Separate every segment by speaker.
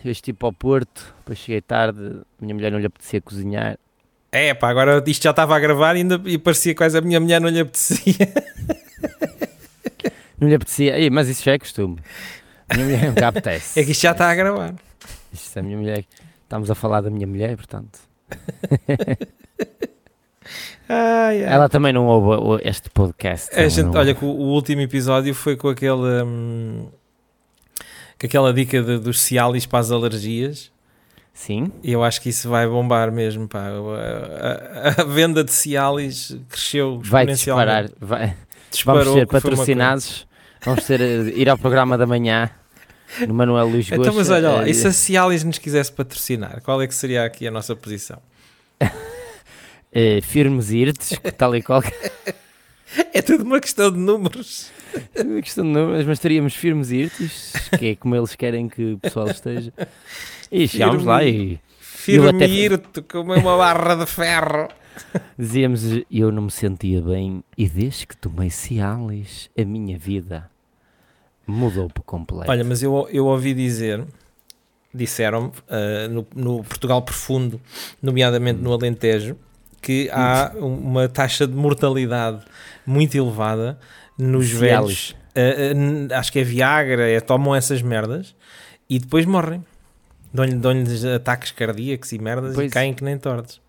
Speaker 1: depois tipo ao Porto, depois cheguei tarde, minha mulher não lhe apetecia cozinhar.
Speaker 2: É pá, agora isto já estava a gravar e, ainda, e parecia quase a minha mulher não lhe apetecia.
Speaker 1: Não lhe apetecia, Ei, mas isso já é costume. A minha mulher nunca apetece.
Speaker 2: É que isto já está a gravar.
Speaker 1: Isto é a minha mulher. Estamos a falar da minha mulher, portanto.
Speaker 2: Ai, ai.
Speaker 1: Ela também não ouve o- este podcast.
Speaker 2: É. A
Speaker 1: não-
Speaker 2: gente-
Speaker 1: não-
Speaker 2: olha, que o, o último episódio foi com aquele. hum, com aquela dica de- dos Cialis para as alergias.
Speaker 1: Sim,
Speaker 2: E eu acho que isso vai bombar mesmo. Pá. A, a- a venda de Cialis cresceu
Speaker 1: vai
Speaker 2: exponencialmente.
Speaker 1: disparar. vai-
Speaker 2: Disparou,
Speaker 1: Vamos ser
Speaker 2: que foi uma
Speaker 1: patrocinados. Vamos ser eh, ir ao programa da manhã no Manuel Luís
Speaker 2: coisa.
Speaker 1: Gosta.
Speaker 2: Então, mas olha lá,
Speaker 1: eh,
Speaker 2: e se a Cialis nos quisesse patrocinar, qual é que seria aqui a nossa posição?
Speaker 1: eh, firmes e irtes, que tal e qual.
Speaker 2: É tudo uma questão de números.
Speaker 1: É uma questão de números, mas estaríamos firmes e irtes, que é como eles querem que o pessoal esteja. E chegámos lá e
Speaker 2: Firme
Speaker 1: até-
Speaker 2: e irto, como uma barra de ferro.
Speaker 1: dizíamos: Eu não me sentia bem, e desde que tomei Cialis, a minha vida mudou por completo.
Speaker 2: Olha, mas eu, eu ouvi dizer, disseram-me, ah, no, no Portugal Profundo, nomeadamente no Alentejo, que há um, uma taxa de mortalidade muito elevada nos
Speaker 1: Cialis.
Speaker 2: velhos. Ah, ah, n- acho que é Viagra, é, tomam essas merdas e depois morrem. Dão-lhe- Dão-lhes ataques cardíacos e merdas
Speaker 1: Pois.
Speaker 2: e caem que nem tordes.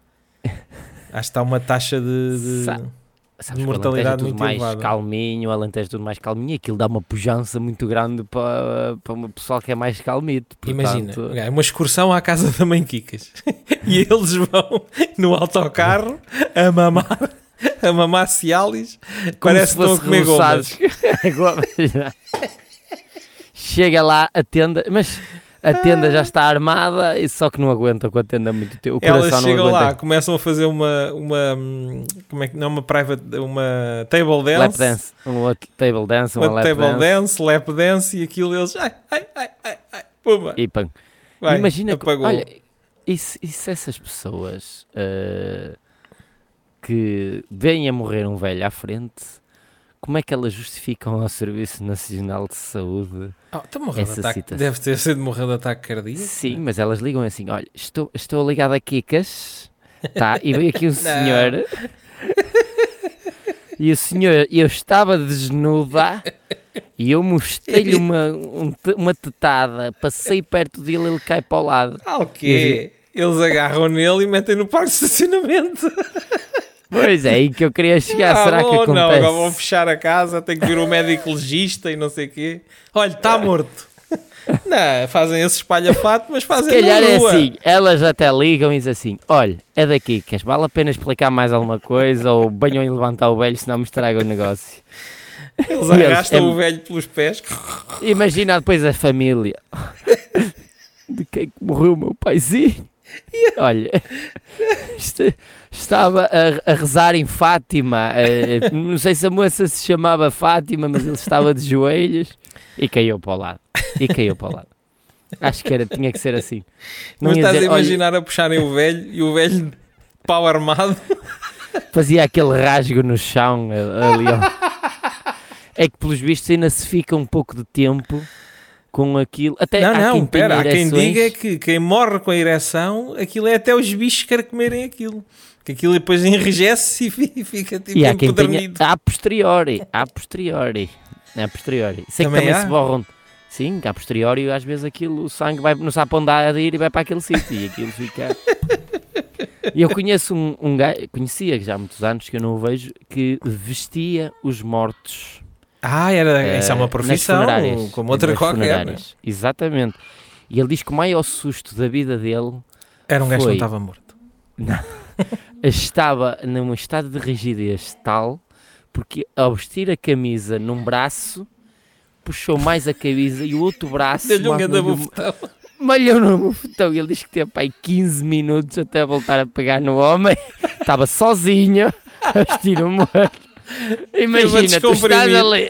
Speaker 2: Acho que está uma taxa de. de-
Speaker 1: Sa- Sabes que o
Speaker 2: Mortalidade
Speaker 1: Alentejo é tudo
Speaker 2: muito
Speaker 1: mais
Speaker 2: elevada.
Speaker 1: calminho, o Alentejo é tudo mais calminho, e aquilo dá uma pujança muito grande para, para uma pessoa que é mais calmito.
Speaker 2: Imagina,
Speaker 1: portanto-
Speaker 2: é uma excursão à casa da mãe Kikas e eles vão no autocarro a mamar, a mamar Cialis,
Speaker 1: Como
Speaker 2: parece
Speaker 1: se
Speaker 2: que estão a
Speaker 1: fosse um
Speaker 2: comer gomas.
Speaker 1: rebuçados. Gomas, Chega lá, a tenda, mas a tenda já está armada, e só que não aguenta com a tenda muito tempo. O
Speaker 2: Elas
Speaker 1: coração
Speaker 2: chegam
Speaker 1: não
Speaker 2: lá,
Speaker 1: aguenta.
Speaker 2: começam a fazer uma, uma hum, como é que não, uma private, uma table dance,
Speaker 1: Lap dance, um outro table dance,
Speaker 2: uma
Speaker 1: uma lap
Speaker 2: table
Speaker 1: dance.
Speaker 2: dance. lap dance e aquilo eles, ai, ai, ai, ai, ai, pumba,
Speaker 1: E pam.
Speaker 2: vai,
Speaker 1: Imagina, que-
Speaker 2: apagou.
Speaker 1: olha, e se, e se essas pessoas eh, que vêm a morrer um velho à frente, como é que elas justificam ao Serviço Nacional de Saúde?
Speaker 2: Ah, está morrendo de
Speaker 1: essa
Speaker 2: ataque,
Speaker 1: citação.
Speaker 2: deve ter sido morrendo de ataque cardíaco.
Speaker 1: Sim, mas elas ligam assim: olha, estou, estou ligado a Kikas, tá? E veio aqui um senhor. E o senhor, eu estava desnuda e eu mostrei-lhe uma, um te- uma tetada, passei perto dele ele cai para o lado.
Speaker 2: Ah, o quê? Eles agarram nele e metem no parque de estacionamento.
Speaker 1: Pois é, aí que eu queria chegar.
Speaker 2: Ah,
Speaker 1: Será que
Speaker 2: vou,
Speaker 1: acontece?
Speaker 2: Não, agora vou fechar a casa, tenho que vir um médico legista e não sei o quê. Olha, está morto. não, fazem esse espalha-fato, mas
Speaker 1: Se
Speaker 2: fazem
Speaker 1: calhar
Speaker 2: na
Speaker 1: é
Speaker 2: rua.
Speaker 1: assim, elas até ligam e dizem assim: olha, é daqui, que vale a pena explicar mais alguma coisa ou banham e levantar o velho, senão me estraga o negócio.
Speaker 2: Eles
Speaker 1: Eles-
Speaker 2: arrastam
Speaker 1: é-
Speaker 2: o velho pelos pés.
Speaker 1: Imagina depois a família. De quem que morreu o meu paizinho? Olha, est- estava a, a rezar em Fátima. eh, não sei se a moça se chamava Fátima, mas ele estava de joelhos e caiu para o lado. E caiu para o lado. Acho que era, tinha que ser assim.
Speaker 2: mas
Speaker 1: ia
Speaker 2: estás
Speaker 1: dizer,
Speaker 2: a
Speaker 1: "Olha,
Speaker 2: imaginar a puxarem o velho e o velho de pau armado.
Speaker 1: fazia aquele rasgo no chão eh, ali. ó. É que pelos vistos ainda se fica um pouco de tempo com aquilo. Até
Speaker 2: não,
Speaker 1: É, há
Speaker 2: não,
Speaker 1: quem tenha
Speaker 2: pera, há quem
Speaker 1: ereções.
Speaker 2: diga que quem morre com a ereção, aquilo é até os bichos que comerem aquilo. Que aquilo depois enrijece e fi- e fica tipo
Speaker 1: E há quem tenha
Speaker 2: empedernido.
Speaker 1: a posteriori, a posteriori, a posteriori. Sei
Speaker 2: Também
Speaker 1: que também
Speaker 2: há?
Speaker 1: se borram. Sim, que a posteriori às vezes aquilo, o sangue vai, não sabe para onde há de ir e vai para aquele sítio e aquilo fica... E eu conheço um, um gajo, conhecia já há muitos anos que eu não o vejo, que vestia os mortos.
Speaker 2: Ah, era,
Speaker 1: eh,
Speaker 2: isso é uma
Speaker 1: nas
Speaker 2: profissão,
Speaker 1: funerárias,
Speaker 2: como outra
Speaker 1: nas
Speaker 2: qualquer. não é?
Speaker 1: funerárias. Exatamente. E ele diz que o maior susto da vida dele
Speaker 2: Era um gajo que não
Speaker 1: Foi.
Speaker 2: estava morto.
Speaker 1: estava num estado de rigidez tal porque ao vestir a camisa num braço puxou mais a camisa e o outro braço
Speaker 2: Deu-lhe um grande
Speaker 1: malhou-
Speaker 2: bofetão.
Speaker 1: malhou no bufetão e ele disse que teve pai 15 minutos até voltar a pegar no homem estava sozinho a vestir o morto imagina, tu estás
Speaker 2: descomprimir.
Speaker 1: ali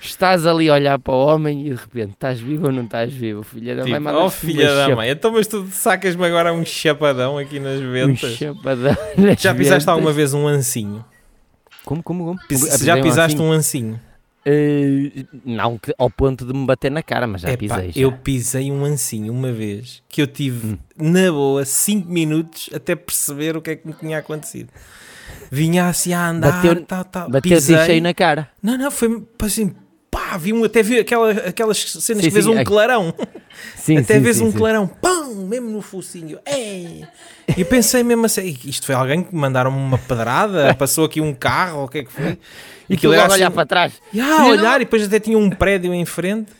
Speaker 1: estás ali a olhar para o homem e de repente estás vivo ou não estás vivo filha da mãe
Speaker 2: Tipo,
Speaker 1: manda-te
Speaker 2: oh
Speaker 1: um uma
Speaker 2: filha da
Speaker 1: chapa-
Speaker 2: mãe, então mas tu sacas-me agora um chapadão aqui nas
Speaker 1: um
Speaker 2: ventas.
Speaker 1: chapadão nas
Speaker 2: já pisaste
Speaker 1: ventas.
Speaker 2: alguma vez um ancinho?
Speaker 1: Como, como, como?
Speaker 2: Pis-
Speaker 1: Como-
Speaker 2: se já
Speaker 1: apanhei
Speaker 2: pisaste
Speaker 1: ancinho.
Speaker 2: um ancinho?
Speaker 1: Eh, não que- ao ponto de me bater na cara, mas já
Speaker 2: Epá,
Speaker 1: pisei. já. Hum.
Speaker 2: eu pisei um ancinho uma vez que eu tive na boa 5 minutos até perceber o que é que me tinha acontecido. Vinha assim a andar,
Speaker 1: Bateu-
Speaker 2: tal, tal,
Speaker 1: Bateu-te
Speaker 2: tá, pisei.
Speaker 1: cheio na cara.
Speaker 2: Não, não, foi assim, pá, vi um, até vi aquela, aquelas cenas
Speaker 1: Sim,
Speaker 2: que vês
Speaker 1: sim,
Speaker 2: um
Speaker 1: é-
Speaker 2: clarão.
Speaker 1: Sim,
Speaker 2: Até
Speaker 1: sim,
Speaker 2: vês
Speaker 1: sim,
Speaker 2: um
Speaker 1: sim.
Speaker 2: clarão, pão, mesmo no focinho. Ei! E eu pensei mesmo assim, "Ei, isto foi alguém que me mandaram uma pedrada, passou aqui um carro, ou o que é que foi?
Speaker 1: E tu
Speaker 2: aquilo
Speaker 1: logo
Speaker 2: era
Speaker 1: olhar
Speaker 2: assim-
Speaker 1: para trás.
Speaker 2: E,
Speaker 1: Não,
Speaker 2: ah,
Speaker 1: não,
Speaker 2: olhar, e depois até tinha um prédio em frente.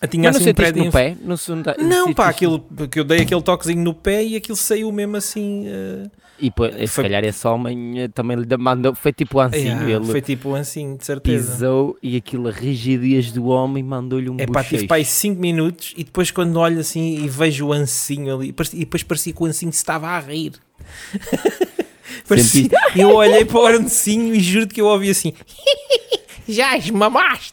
Speaker 2: Eu Tinha
Speaker 1: Mas não
Speaker 2: assim
Speaker 1: sentiste
Speaker 2: um prédio
Speaker 1: no
Speaker 2: em
Speaker 1: pé? Não, senta-
Speaker 2: Não, pá,
Speaker 1: sentiste-
Speaker 2: aquilo que eu dei aquele toquezinho no pé e aquilo saiu mesmo assim. eh,
Speaker 1: E pô, se
Speaker 2: Foi-
Speaker 1: calhar esse homem eh, também lhe mandou. Foi tipo ancinho.
Speaker 2: yeah,
Speaker 1: ele
Speaker 2: Foi tipo assim, de certeza.
Speaker 1: pisou e aquela rigidez do homem mandou-lhe um
Speaker 2: É pá,
Speaker 1: bochecho.
Speaker 2: tive pá 5 minutos e depois quando olho assim e vejo o ancinho ali, parece- e depois parecia que o ancinho se estava a rir. Parecia- eu olhei para o ancinho e juro que eu ouvi assim: Já esmamaste!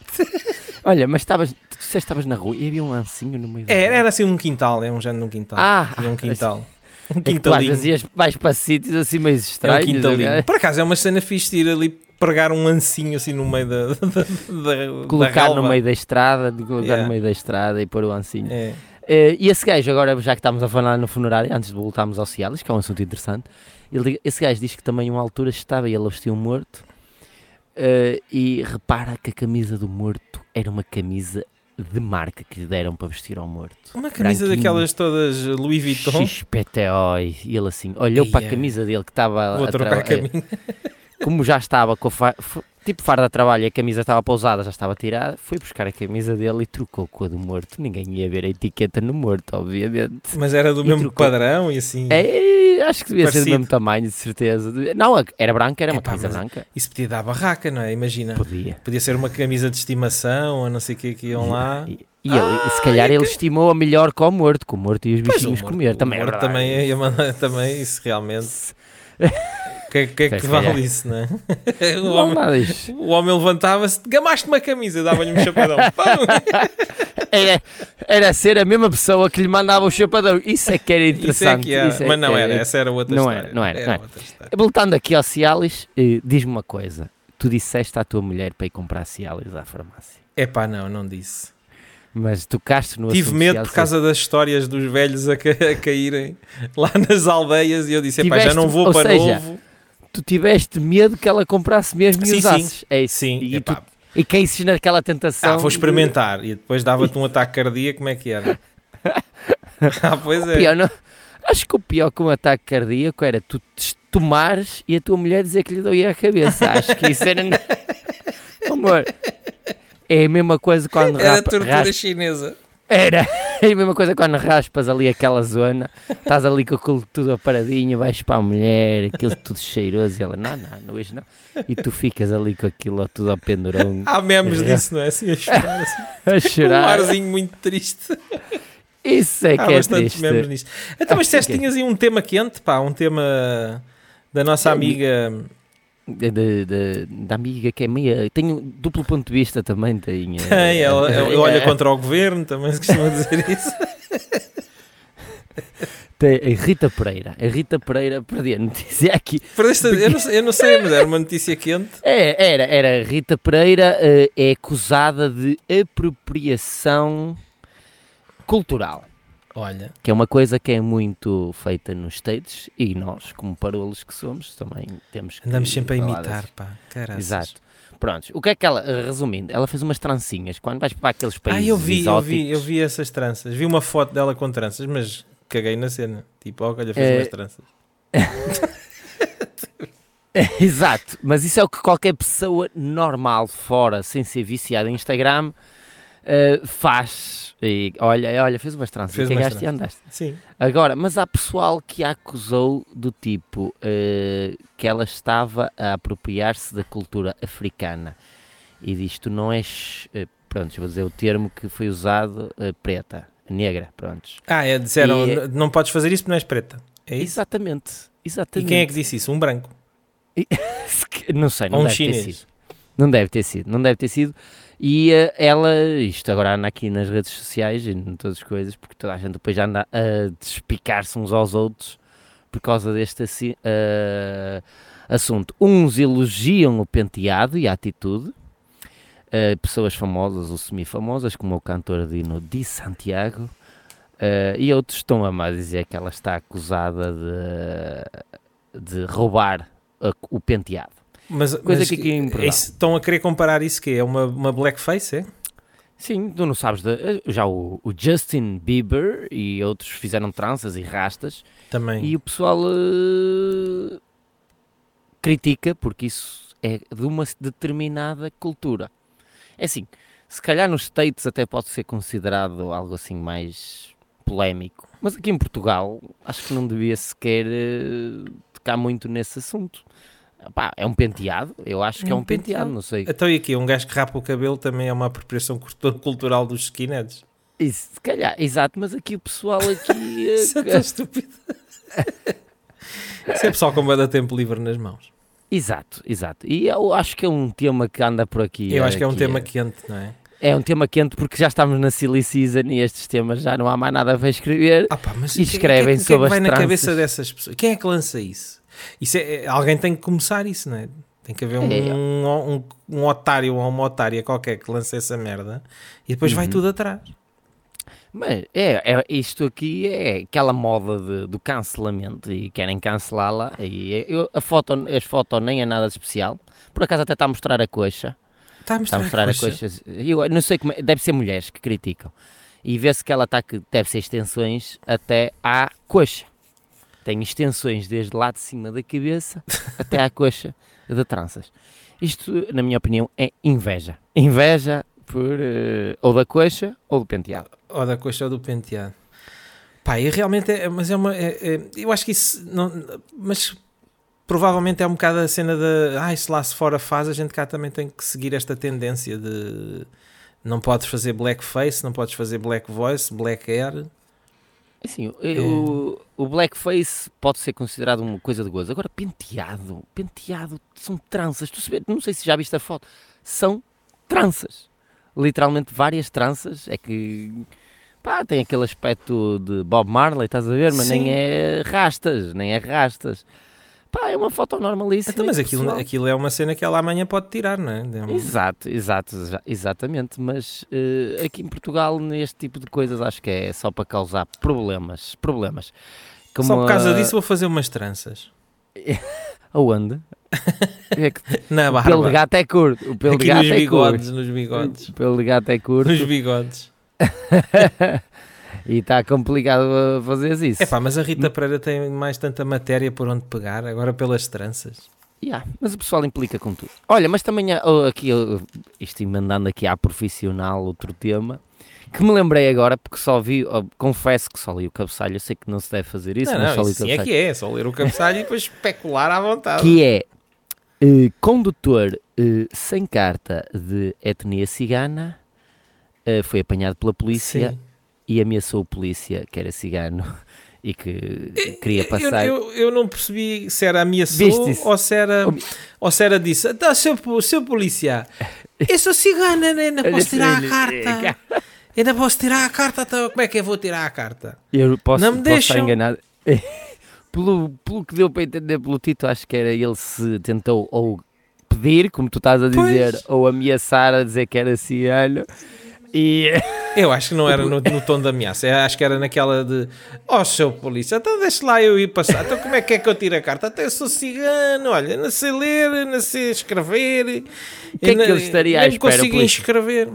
Speaker 1: Olha, mas estavas, tu disseste que estavas na rua e havia um lancinho no meio da
Speaker 2: Era,
Speaker 1: rua.
Speaker 2: era assim um quintal, é um género de um quintal.
Speaker 1: Ah,
Speaker 2: Tinha um quintal. Um
Speaker 1: É que tu às
Speaker 2: quintalinho.
Speaker 1: vezes ias mais para sítios assim meio
Speaker 2: É um
Speaker 1: estranhos.
Speaker 2: quintalinho.
Speaker 1: ok?
Speaker 2: Por acaso é uma cena fixe de ir ali pregar um ancinho assim no meio da. da- da- da
Speaker 1: Colocar no
Speaker 2: relva.
Speaker 1: meio da estrada, de colocar
Speaker 2: Yeah.
Speaker 1: no meio da estrada e pôr o ancinho.
Speaker 2: É.
Speaker 1: Eh, e esse gajo, agora já que estamos a falar no funerário, antes de voltarmos ao Cialis, que é um assunto interessante, ele- esse gajo diz que também a uma altura estava ele a vestir um morto eh, e repara que a camisa do morto era uma camisa de marca que lhe deram para vestir ao morto.
Speaker 2: Uma camisa
Speaker 1: Branquinho.
Speaker 2: daquelas todas Louis Vuitton.
Speaker 1: XPTO e ele assim olhou
Speaker 2: Ia.
Speaker 1: para a camisa dele que estava
Speaker 2: Vou
Speaker 1: a
Speaker 2: trocar
Speaker 1: trava- eh,
Speaker 2: caminho.
Speaker 1: como já estava com a fa- f- tipo farda de trabalho e a camisa estava pousada já estava tirada foi buscar a camisa dele e trocou com a do morto ninguém ia ver a etiqueta no morto obviamente
Speaker 2: Mas era do
Speaker 1: E
Speaker 2: mesmo
Speaker 1: trocou.
Speaker 2: padrão e assim.
Speaker 1: É, acho que devia ser
Speaker 2: Parecido.
Speaker 1: do mesmo tamanho, de certeza. Não, a- era branca, era uma
Speaker 2: Epá,
Speaker 1: camisa
Speaker 2: mas-
Speaker 1: branca.
Speaker 2: Isso podia dar barraca, não é? Imagina.
Speaker 1: Podia.
Speaker 2: Podia ser uma camisa de estimação ou não sei o que que iam lá.
Speaker 1: E, e ele, se calhar ele estimou a melhor com o morto, com o morto e os
Speaker 2: Ah, Pois, o
Speaker 1: bichinhos
Speaker 2: morto-
Speaker 1: comer.
Speaker 2: o
Speaker 1: Também é
Speaker 2: morto
Speaker 1: verdade.
Speaker 2: também, ia mandar- também, isso realmente. O que, é- que é
Speaker 1: Pois,
Speaker 2: que
Speaker 1: se
Speaker 2: vale
Speaker 1: calhar.
Speaker 2: isso, não é? O
Speaker 1: Não,
Speaker 2: homem,
Speaker 1: nada disso.
Speaker 2: o homem levantava-se, gamaste uma camisa, dava-lhe um chapadão.
Speaker 1: Era, era ser a mesma pessoa que lhe mandava o chapadão. Isso é que era
Speaker 2: Isso é
Speaker 1: interessante.
Speaker 2: que era.
Speaker 1: isso é
Speaker 2: Mas não
Speaker 1: que
Speaker 2: era, essa era outra
Speaker 1: Não
Speaker 2: história.
Speaker 1: era, não era, não era.
Speaker 2: outra história.
Speaker 1: Voltando aqui ao Cialis, eh, diz-me uma coisa. Tu disseste à tua mulher para ir comprar Cialis à farmácia.
Speaker 2: Epá, não, não disse.
Speaker 1: Mas tocaste no
Speaker 2: Tive
Speaker 1: assunto
Speaker 2: medo
Speaker 1: Cialis.
Speaker 2: por causa das histórias dos velhos a, ca- a caírem lá nas aldeias e eu disse, epá, já
Speaker 1: Tiveste-
Speaker 2: não vou
Speaker 1: ou
Speaker 2: para
Speaker 1: seja,
Speaker 2: novo.
Speaker 1: tu tiveste medo que ela comprasse mesmo
Speaker 2: Sim,
Speaker 1: e
Speaker 2: sim.
Speaker 1: usasses. É isso.
Speaker 2: Sim,
Speaker 1: e, tu,
Speaker 2: epá,
Speaker 1: e caísses naquela tentação.
Speaker 2: ah, vou experimentar. E depois dava-te um ataque cardíaco, como é que era? ah, pois
Speaker 1: de-
Speaker 2: é.
Speaker 1: Pior, não- Acho que o pior que um ataque cardíaco era tu te tomares e a tua mulher dizer que lhe doía a cabeça. Acho que isso era. Amor. É a mesma coisa quando
Speaker 2: Era
Speaker 1: rapa-
Speaker 2: tortura
Speaker 1: raspas-
Speaker 2: chinesa.
Speaker 1: Era. É a mesma coisa quando raspas ali aquela zona, estás ali com aquilo tudo aparadinho, vais para a mulher, aquilo tudo cheiroso, e ela, não, não, não, hoje não. E tu ficas ali com aquilo tudo ao pendurão,
Speaker 2: Há memes disso, não é? Assim, a chorar, assim.
Speaker 1: a
Speaker 2: Um
Speaker 1: chorar.
Speaker 2: arzinho muito triste.
Speaker 1: Isso Ah. é
Speaker 2: Há
Speaker 1: que é
Speaker 2: bastantes
Speaker 1: triste.
Speaker 2: memes nisto. Então, mas
Speaker 1: Ah,
Speaker 2: disseste que
Speaker 1: ok.
Speaker 2: tinhas aí um tema quente, pá, um tema da nossa amiga.
Speaker 1: Da- da- da- da amiga que é meia. Tenho duplo ponto de vista também. Tenho,
Speaker 2: Tem, ela,
Speaker 1: É.
Speaker 2: ela olha contra o governo, também se costuma dizer isso.
Speaker 1: Tem a Rita Pereira. A Rita Pereira, perdi a notícia aqui.
Speaker 2: Perdeste a- eu, não, sei- eu não sei, mas era uma notícia quente.
Speaker 1: É, era, era. a Rita Pereira eh, é acusada de apropriação cultural.
Speaker 2: Olha,
Speaker 1: Que é uma coisa que é muito feita nos States e nós, como parolos que somos, também temos que
Speaker 2: andamos sempre a
Speaker 1: falar
Speaker 2: imitar,
Speaker 1: dessas-
Speaker 2: pá. Caraças.
Speaker 1: Exato. Pronto, o que é que ela, resumindo, ela fez umas trancinhas. Quando vais para aqueles
Speaker 2: Ah,
Speaker 1: países
Speaker 2: eu vi, eu vi, eu
Speaker 1: exóticos-
Speaker 2: vi essas tranças. Vi uma foto dela com tranças, mas caguei na cena. Tipo, ó, olha, fez
Speaker 1: É.
Speaker 2: umas tranças.
Speaker 1: Exato, mas isso é o que qualquer pessoa normal fora, sem ser viciada em Instagram, eh, faz. E olha, olha, fez umas tranças,
Speaker 2: Fez
Speaker 1: e
Speaker 2: umas
Speaker 1: cagaste e
Speaker 2: tranças.
Speaker 1: andaste.
Speaker 2: Sim.
Speaker 1: Agora, mas há pessoal que a acusou do tipo eh, que ela estava a apropriar-se da cultura africana e diz: Tu não és. eh, pronto, vou dizer o termo que foi usado: eh, preta, negra, prontos.
Speaker 2: Ah, é, disseram,
Speaker 1: E-
Speaker 2: "N- não podes fazer isso porque não és preta. É isso?
Speaker 1: Exatamente,
Speaker 2: E
Speaker 1: exatamente.
Speaker 2: quem é que disse isso? Um branco.
Speaker 1: Se que- Não sei, não
Speaker 2: Ou um
Speaker 1: deve ter
Speaker 2: chinês.
Speaker 1: sido. Não deve ter sido, não deve ter sido. E eh, ela, isto agora anda aqui nas redes sociais e em todas as coisas, porque toda a gente depois já anda a despicar-se uns aos outros por causa deste assi- eh, assunto. Uns elogiam o penteado e a atitude, eh, pessoas famosas ou semi-famosas, como o cantor Dino Di Santiago, eh, e outros estão a mais dizer que ela está acusada de, de roubar a- o penteado.
Speaker 2: Mas,
Speaker 1: Coisa
Speaker 2: mas
Speaker 1: que aqui é em Portugal.
Speaker 2: isso- estão a querer comparar isso que é uma, uma blackface, é?
Speaker 1: Sim, tu não sabes, de- já o, o Justin Bieber e outros fizeram tranças e rastas,
Speaker 2: Também.
Speaker 1: E o pessoal eh, critica porque isso é de uma determinada cultura. É assim, se calhar nos States até pode ser considerado algo assim mais polémico, mas aqui em Portugal acho que não devia sequer eh, tocar muito nesse assunto. Pá, é um penteado, eu acho que é um penteado, não sei.
Speaker 2: Então e aqui, um gajo que rapa o cabelo também é uma apropriação cultu- cultural dos skinheads.
Speaker 1: Isso, se calhar, exato, mas aqui o pessoal aqui. eh,
Speaker 2: Isso é tão estúpido. Isso é pessoal com banda tempo livre nas mãos.
Speaker 1: exato, exato. E eu acho que é um tema que anda por aqui.
Speaker 2: Eu acho que é um
Speaker 1: aqui,
Speaker 2: tema
Speaker 1: eh,
Speaker 2: quente, não é?
Speaker 1: É um tema quente porque já estamos na Silly Season e estes temas já não há mais nada para escrever.
Speaker 2: Ah, pá, mas
Speaker 1: E
Speaker 2: o que-
Speaker 1: escrevem
Speaker 2: o que, é que-
Speaker 1: sobre
Speaker 2: o que é que vai
Speaker 1: as
Speaker 2: na
Speaker 1: tranças.
Speaker 2: cabeça dessas pessoas? Quem é que lança isso? isso é, é- alguém tem que começar isso, não é? Tem que haver um,
Speaker 1: É.
Speaker 2: um, um, otário ou uma otária qualquer que lance essa merda e depois
Speaker 1: Uhum.
Speaker 2: vai tudo atrás.
Speaker 1: Mas é, é- isto aqui é aquela moda de- do cancelamento e querem cancelá-la. E é- eu- a foto, as foto nem é nada de especial. Por acaso até está a mostrar a coxa.
Speaker 2: Está Tá, a
Speaker 1: Está
Speaker 2: mostrar,
Speaker 1: Tá a mostrar a
Speaker 2: coxa.
Speaker 1: coxa. Eu não sei como é, deve ser mulheres que criticam. E vê-se que ela está que deve ser extensões até à coxa. Tem extensões desde lá de cima da cabeça até à coxa de tranças. Isto, na minha opinião, é inveja. Inveja por eh, ou da coxa ou do penteado.
Speaker 2: Ou da coxa ou do penteado. Pá, e realmente é, mas é uma. é- é- eu acho que isso. Não, mas provavelmente é um bocado a cena da. Ai, se lá se fora faz, a gente cá também tem que seguir esta tendência de. Não podes fazer blackface, não podes fazer black voice, black hair.
Speaker 1: Assim, o-
Speaker 2: É.
Speaker 1: o, o blackface pode ser considerado uma coisa de gozo. Agora, penteado, penteado, são tranças. Tu se vê- não sei se já viste a foto, são tranças. Literalmente várias tranças. É que pá, tem aquele aspecto de Bob Marley, estás a ver? Mas
Speaker 2: Sim.
Speaker 1: nem é rastas, nem é rastas. Pá, é uma foto normalíssima.
Speaker 2: Então, mas
Speaker 1: e
Speaker 2: aquilo,
Speaker 1: pessoal-
Speaker 2: aquilo é uma cena que ela amanhã pode tirar, não é? É um-
Speaker 1: Exato, exato, exa- exatamente. Mas eh, aqui em Portugal, neste tipo de coisas, acho que é só para causar problemas. Problemas. Como
Speaker 2: Só por causa
Speaker 1: a-
Speaker 2: disso vou fazer umas tranças.
Speaker 1: Aonde? É que
Speaker 2: Na
Speaker 1: o pelo de
Speaker 2: barba.
Speaker 1: gato é curto. O pelo de
Speaker 2: Aqui
Speaker 1: gato
Speaker 2: nos
Speaker 1: é curto.
Speaker 2: bigodes, nos bigodes.
Speaker 1: O pelo de gato é curto.
Speaker 2: Nos bigodes.
Speaker 1: E está complicado a fazeres isso.
Speaker 2: É pá, mas a
Speaker 1: Hum.
Speaker 2: Rita Pereira tem mais tanta matéria por onde pegar, agora pelas tranças.
Speaker 1: Yeah, mas o pessoal implica com tudo. Olha, mas também há, oh, aqui, oh, isto e mandando aqui à profissional outro tema, que me lembrei agora, porque só vi, oh, confesso que só li o cabeçalho, eu sei que não se deve fazer isso,
Speaker 2: não,
Speaker 1: mas
Speaker 2: não,
Speaker 1: só li
Speaker 2: isso
Speaker 1: o
Speaker 2: sim é
Speaker 1: cabeçalho.
Speaker 2: que é, é só ler o cabeçalho e depois especular à vontade.
Speaker 1: que é eh, condutor eh, sem carta de etnia cigana, eh, foi apanhado pela polícia
Speaker 2: Sim.
Speaker 1: e ameaçou o polícia que era cigano e que queria
Speaker 2: Eu,
Speaker 1: passar.
Speaker 2: eu- eu não percebi se era ameaçou
Speaker 1: Viste isso?
Speaker 2: ou se era, ou se era disse, então, seu, po- seu polícia, eu sou cigana, né? não posso tirar a
Speaker 1: é
Speaker 2: carta. Eu não posso tirar a carta, então como é que eu vou tirar a carta?
Speaker 1: Eu posso,
Speaker 2: Não me
Speaker 1: posso estar
Speaker 2: deixam.
Speaker 1: enganado. pelo, pelo que deu para entender pelo título, acho que era ele se tentou ou pedir, como tu estás a dizer,
Speaker 2: Pois.
Speaker 1: ou ameaçar a dizer que era cigano. E
Speaker 2: Eu acho que não era no, no tom da ameaça, eu acho que era naquela de, oh seu polícia, então deixa lá eu ir passar, então como é que é que eu tiro a carta? Até eu sou cigano, olha, não sei ler, não sei escrever.
Speaker 1: que é
Speaker 2: eu
Speaker 1: que
Speaker 2: não-
Speaker 1: ele estaria à
Speaker 2: nem me
Speaker 1: espera, o
Speaker 2: consigo
Speaker 1: polícia?
Speaker 2: escrever.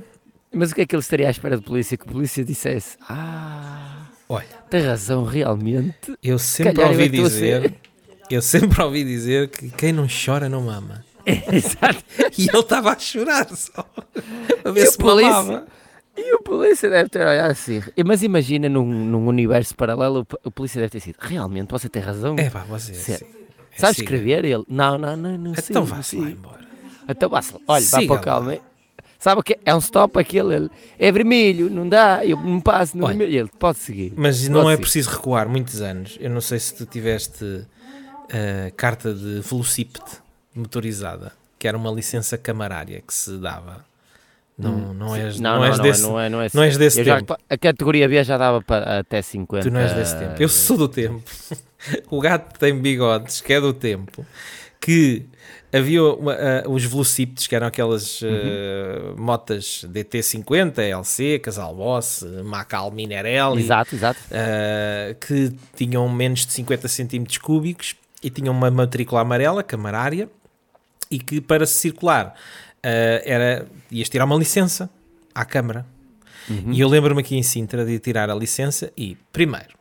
Speaker 1: Mas o que é que ele estaria à espera de polícia? Que a polícia dissesse: Ah,
Speaker 2: Olha,
Speaker 1: tem razão, realmente.
Speaker 2: eu sempre
Speaker 1: calhar eu é
Speaker 2: ouvi
Speaker 1: que estou a
Speaker 2: dizer,
Speaker 1: ser.
Speaker 2: eu sempre ouvi dizer que quem não chora não mama.
Speaker 1: Exato.
Speaker 2: E ele estava a chorar só, a ver
Speaker 1: E o
Speaker 2: se
Speaker 1: polícia?
Speaker 2: mamava.
Speaker 1: E o polícia deve ter olhado assim. E- Mas imagina num, num universo paralelo, o p- o polícia deve ter sido: Realmente, você tem razão.
Speaker 2: É pá, você,
Speaker 1: Certo.
Speaker 2: sim, é
Speaker 1: Sabe
Speaker 2: cigano.
Speaker 1: escrever? Ele: Não, não, não, não sei.
Speaker 2: Então
Speaker 1: não
Speaker 2: vá-se
Speaker 1: sei."
Speaker 2: lá embora.
Speaker 1: Então vá-se lá. Olha, vá
Speaker 2: Siga
Speaker 1: para
Speaker 2: lá.
Speaker 1: o calma. hein? Sabe o que é? É um stop aquele. Ele, é vermelho, não dá. Eu não passo no
Speaker 2: Olha.
Speaker 1: vermelho. Ele pode seguir.
Speaker 2: Mas não
Speaker 1: Pode
Speaker 2: é
Speaker 1: seguir.
Speaker 2: preciso recuar muitos anos. Eu não sei se tu tiveste uh, carta de velocípede motorizada, que era uma licença camarária que se dava. Não, não és, não,
Speaker 1: Hum, Não, não,
Speaker 2: és
Speaker 1: não,
Speaker 2: desse,
Speaker 1: não é, não é,
Speaker 2: não és desse
Speaker 1: eu já-
Speaker 2: tempo.
Speaker 1: a categoria B já dava para até 50.
Speaker 2: Tu não és desse tempo. Eu sou do tempo. o gato tem bigodes, que é do tempo. Que Havia uma, ah, os velocípedes, que eram aquelas ah, motas DT50, LC, Casal Boss, Macal Minarelli,
Speaker 1: Exato, exato.
Speaker 2: ah, que tinham menos de 50 centímetros cúbicos e tinham uma matrícula amarela, camarária, e que para se circular ah, era, ias tirar uma licença à Câmara.
Speaker 1: Uhum.
Speaker 2: E eu lembro-me aqui em Sintra de tirar a licença e, primeiro,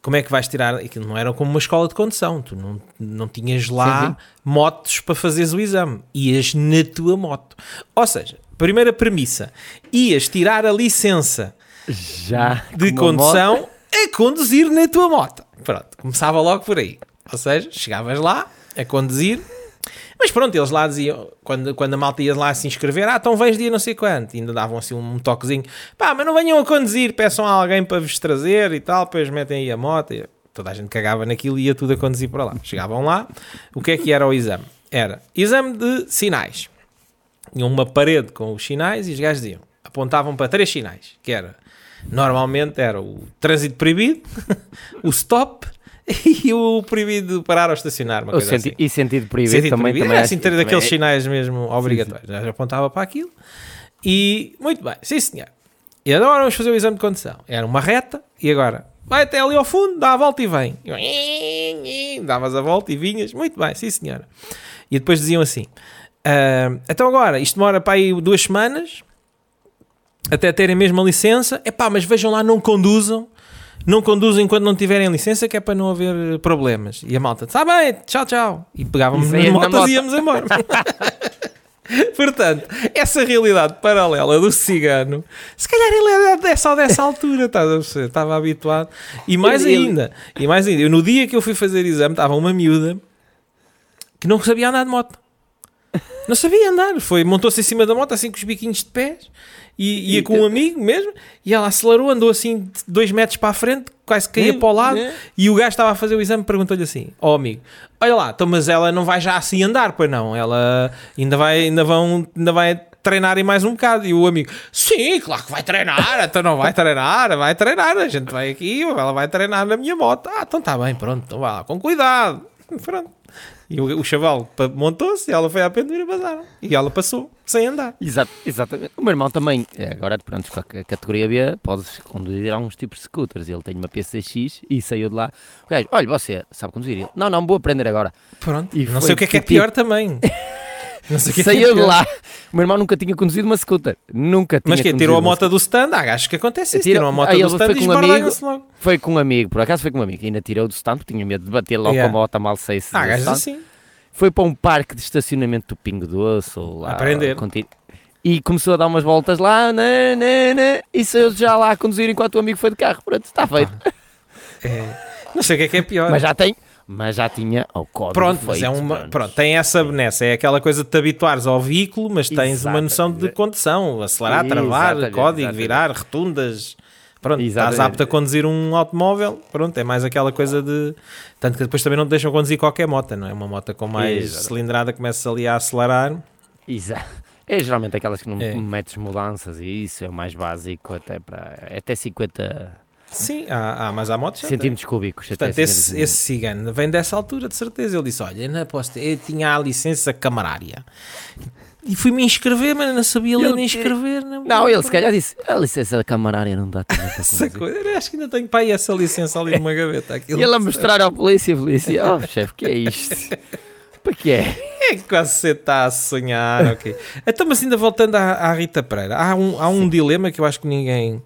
Speaker 2: como é que vais tirar? Aquilo não era como uma escola de condução, tu não, não tinhas lá
Speaker 1: Sim,
Speaker 2: motos para fazeres o exame, ias na tua moto. Ou seja, primeira premissa, ias tirar a licença
Speaker 1: Já.
Speaker 2: de
Speaker 1: com uma
Speaker 2: condução
Speaker 1: moto.
Speaker 2: a conduzir na tua moto. Pronto, começava logo por aí. Ou seja, chegavas lá a conduzir, mas pronto, eles lá diziam, quando, quando a malta ia lá se inscrever, ah, então vens dia não sei quanto, e ainda davam assim um toquezinho, pá, mas não venham a conduzir, peçam a alguém para vos trazer e tal, depois metem aí a moto. E toda a gente cagava naquilo e ia tudo a conduzir para lá. Chegavam lá, o que é que era o exame? Era exame de sinais tinham uma parede com os sinais e os gajos diziam, apontavam para três sinais, que era, normalmente era o trânsito proibido, o stop e o proibido de parar ou estacionar,
Speaker 1: O
Speaker 2: uma coisa
Speaker 1: senti-
Speaker 2: assim.
Speaker 1: E sentido proibido
Speaker 2: Sentido
Speaker 1: também.
Speaker 2: proibido.
Speaker 1: também
Speaker 2: era
Speaker 1: acho
Speaker 2: assim,
Speaker 1: que-
Speaker 2: ter
Speaker 1: também
Speaker 2: daqueles
Speaker 1: é-
Speaker 2: sinais mesmo obrigatórios, já apontava para aquilo e, muito bem, sim senhor. E agora vamos fazer o exame de condução. Era uma reta e agora... Vai até ali ao fundo, dá a volta e vem. Eu, "Ih, ih", Davas a volta e vinhas. Muito bem, sim senhora. E depois diziam assim: "Ah, então agora, isto demora para aí duas semanas, até terem mesmo a licença. Epá, mas vejam lá, não conduzam. Não conduzem enquanto não tiverem licença, que é para não haver eh, problemas. E a malta, está bem, tchau, tchau. E pegávamos
Speaker 1: E
Speaker 2: nas
Speaker 1: saía na
Speaker 2: motas
Speaker 1: moto.
Speaker 2: e íamos embora. Portanto, essa realidade paralela do cigano, se calhar ele era dessa ou dessa altura, estás a perceber? estava habituado. E mais
Speaker 1: Ele-
Speaker 2: ainda, e mais ainda, eu, no dia que eu fui fazer exame, estava uma miúda que não sabia andar de moto. Não sabia andar, foi, montou-se em cima da moto, assim com os biquinhos de pés, e ia com um amigo mesmo, e ela acelerou, andou assim de dois metros para a frente, quase caía para o lado, e o gajo estava a fazer o exame, perguntou-lhe assim, ó amigo, olha lá, então, mas ela não vai já assim andar, pois não, ela ainda vai, ainda vão, ainda vai treinar em mais um bocado, e o amigo, sim, claro que vai treinar, então não vai treinar, vai treinar, a gente vai aqui, ela vai treinar na minha moto, ah, então está bem, pronto, então vai lá, com cuidado, pronto. E o, o chaval pa- montou-se, ela foi à pendura e basaram. E ela passou, sem andar.
Speaker 1: Exato, exatamente. O meu irmão também, é, agora pronto, com a c- categoria B, podes conduzir alguns tipos de scooters. Ele tem uma PCX e saiu de lá. O gajo, olha, você sabe conduzir? Ele, não, não, vou aprender agora.
Speaker 2: Pronto.
Speaker 1: E foi
Speaker 2: não sei o que é que é
Speaker 1: tipo-
Speaker 2: pior também. Não sei o que é que é
Speaker 1: Saiu de
Speaker 2: pior.
Speaker 1: lá. O meu irmão nunca tinha conduzido uma scooter. Nunca tinha
Speaker 2: Mas quem
Speaker 1: conduzido
Speaker 2: tirou a
Speaker 1: uma
Speaker 2: moto do stand? Ah, acho que acontece isso.
Speaker 1: Tira-
Speaker 2: Tirou a moto
Speaker 1: Aí ele
Speaker 2: do
Speaker 1: foi
Speaker 2: stand e
Speaker 1: com um amigo.
Speaker 2: esbardalham-se logo.
Speaker 1: scooter. Foi com um amigo, por acaso foi com um amigo. Ainda tirou do stand, porque tinha medo de bater logo
Speaker 2: Yeah.
Speaker 1: com a moto, mal sei se.
Speaker 2: Ah,
Speaker 1: do
Speaker 2: gajos
Speaker 1: stand.
Speaker 2: assim.
Speaker 1: Foi para um parque de estacionamento do Pingo Doce ou lá.
Speaker 2: Aprender.
Speaker 1: conti- E começou a dar umas voltas lá, né, né, né, e saiu já lá a conduzir enquanto o amigo foi de carro. Pronto, está feito.
Speaker 2: É, Não sei o que é que é pior.
Speaker 1: Mas já tem, mas já tinha o código
Speaker 2: Pronto,
Speaker 1: feito.
Speaker 2: mas é uma,
Speaker 1: pronto.
Speaker 2: pronto, tem essa benessa, é aquela coisa de te habituares ao veículo, mas tens uma
Speaker 1: Exatamente.
Speaker 2: noção de condução, acelerar, travar,
Speaker 1: Exatamente,
Speaker 2: código,
Speaker 1: exatamente.
Speaker 2: virar, rotundas. Pronto, estás
Speaker 1: Exatamente.
Speaker 2: apto a conduzir um automóvel, pronto, é mais aquela coisa de. Tanto que depois também não te deixam conduzir qualquer moto, não é? Uma moto com mais
Speaker 1: Exatamente.
Speaker 2: cilindrada começas ali a acelerar.
Speaker 1: Exato. É geralmente aquelas que não
Speaker 2: É.
Speaker 1: metes mudanças e isso é o mais básico até para é até 50
Speaker 2: Sim, há, há mas há motos. já tem.
Speaker 1: centímetros cúbicos. até
Speaker 2: Portanto, esse,
Speaker 1: 50.
Speaker 2: esse cigano vem dessa altura, de certeza. Ele disse: Olha, não aposto, eu tinha a licença camarária e fui-me inscrever, mas não sabia ler
Speaker 1: Ele
Speaker 2: nem
Speaker 1: que-
Speaker 2: escrever.
Speaker 1: Não, ele se calhar disse, a licença da camarária não dá também para
Speaker 2: Essa
Speaker 1: conduzir.
Speaker 2: coisa, eu acho que ainda tenho para aí essa licença ali numa gaveta.
Speaker 1: E
Speaker 2: Aquilo
Speaker 1: ele a mostrar à polícia, a polícia, oh chefe, que é isto? Para que é?
Speaker 2: é que quase você está a sonhar. ok. Então, mas ainda voltando à, à Rita Pereira, há um, há um dilema que eu acho que ninguém.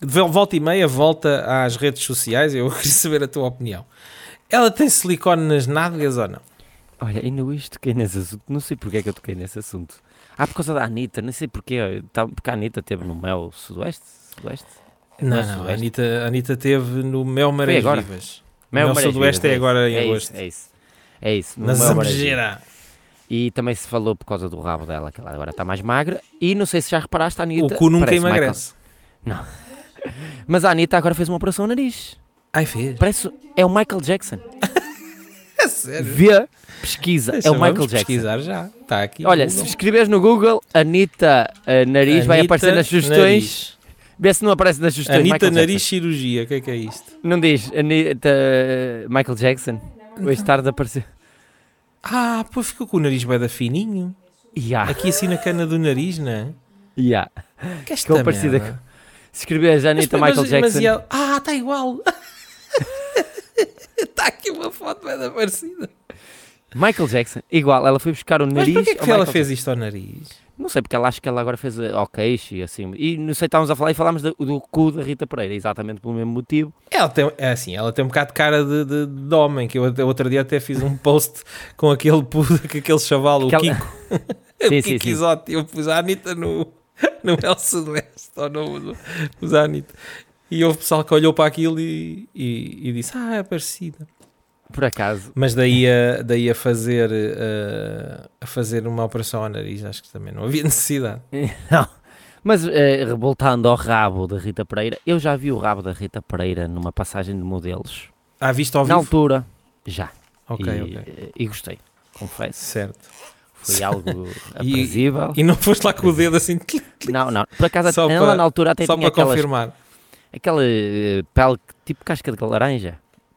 Speaker 2: de Volta e meia, volta às redes sociais. Eu queria saber a tua opinião. Ela tem silicone nas nádegas ou não?
Speaker 1: Olha, ainda hoje toquei nesse assunto, não sei porque é que eu toquei nesse assunto. Ah, por causa da Anitta, não sei porquê, eu tava- porque a Anitta teve no Mel Sudoeste, Sudoeste?
Speaker 2: Não,
Speaker 1: Mas
Speaker 2: não. A
Speaker 1: Sudoeste.
Speaker 2: Anitta, a Anitta teve no Mel Marés
Speaker 1: agora.
Speaker 2: Vivas.
Speaker 1: Mel
Speaker 2: Mel
Speaker 1: Marés
Speaker 2: Sudoeste
Speaker 1: Vivas,
Speaker 2: é agora em
Speaker 1: isso,
Speaker 2: agosto.
Speaker 1: É isso, é isso. no
Speaker 2: Na
Speaker 1: Mel Marés Vivas.
Speaker 2: Zambujeira.
Speaker 1: E também se falou por causa do rabo dela, que ela agora está mais magra. E não sei se já reparaste, a
Speaker 2: O
Speaker 1: Anitta...
Speaker 2: cu nunca
Speaker 1: parece Michael-
Speaker 2: emagrece.
Speaker 1: Mas a Anitta agora fez uma operação no nariz.
Speaker 2: Ai, fez.
Speaker 1: Parece... É o Michael Jackson.
Speaker 2: É sério.
Speaker 1: Vê, pesquisa, é o
Speaker 2: Deixa, vamos
Speaker 1: Michael Jackson.
Speaker 2: pesquisar já. Está aqui.
Speaker 1: Olha,
Speaker 2: no
Speaker 1: se
Speaker 2: Google.
Speaker 1: escreveres no Google Anitta eh, Nariz, vai
Speaker 2: Anitta
Speaker 1: aparecer nas sugestões.
Speaker 2: Nariz.
Speaker 1: Vê se não aparece nas sugestões.
Speaker 2: Anitta
Speaker 1: Michael
Speaker 2: Nariz
Speaker 1: Jackson.
Speaker 2: Cirurgia, o que é que é isto? Então.
Speaker 1: Não diz Anitta Michael Jackson. Hoje tarde apareceu.
Speaker 2: Ah, pois ficou com o nariz bem da fininho.
Speaker 1: Yeah,
Speaker 2: Aqui assim na cana do nariz, né?
Speaker 1: yeah.
Speaker 2: Que esta
Speaker 1: Ficou parecida
Speaker 2: merda.
Speaker 1: com- Se escreveres Anitta
Speaker 2: Mas-
Speaker 1: Michael
Speaker 2: mas- mas
Speaker 1: Jackson.
Speaker 2: e ela- Ah, está igual. Está aqui uma foto bem da parecida.
Speaker 1: Michael Jackson, igual, ela foi buscar o
Speaker 2: Mas
Speaker 1: nariz.
Speaker 2: porquê é
Speaker 1: ao
Speaker 2: que ela
Speaker 1: Michael
Speaker 2: fez isto ao nariz?
Speaker 1: Não sei, porque ela acha que ela agora fez eh, ao queixo e assim. E não sei, estávamos a falar e falámos do, do cu da Rita Pereira, exatamente pelo mesmo motivo.
Speaker 2: Ela tem, é assim, ela tem um bocado de cara de, de- de homem, que eu até- outro dia até fiz um post com aquele puto, com aquele chaval, o
Speaker 1: Aquela-
Speaker 2: Kiko.
Speaker 1: Sim, sim,
Speaker 2: o Kiko
Speaker 1: sim.
Speaker 2: Isote. Eu pus a Anitta no, no El Celeste, ou no, no, pus a Anitta. E houve pessoal que olhou para aquilo e, e, e disse, ah, é parecida.
Speaker 1: Por acaso,
Speaker 2: Mas daí a, daí a fazer eh, a fazer uma operação ao nariz, acho que também não havia necessidade.
Speaker 1: Não. Mas eh, revoltando ao rabo da Rita Pereira, eu já vi o rabo da Rita Pereira numa passagem de modelos.
Speaker 2: Ah, visto ao
Speaker 1: Na
Speaker 2: vivo?
Speaker 1: altura, já.
Speaker 2: Ok,
Speaker 1: e,
Speaker 2: ok.
Speaker 1: eh, e gostei, confesso.
Speaker 2: Certo.
Speaker 1: Foi algo
Speaker 2: E-
Speaker 1: aprazível.
Speaker 2: E não foste lá com o dedo assim,
Speaker 1: Não, não. Por acaso,
Speaker 2: Só
Speaker 1: ela
Speaker 2: para-
Speaker 1: na altura até
Speaker 2: só
Speaker 1: tinha
Speaker 2: para
Speaker 1: aquelas,
Speaker 2: confirmar.
Speaker 1: aquela eh, pele que- tipo casca de laranja.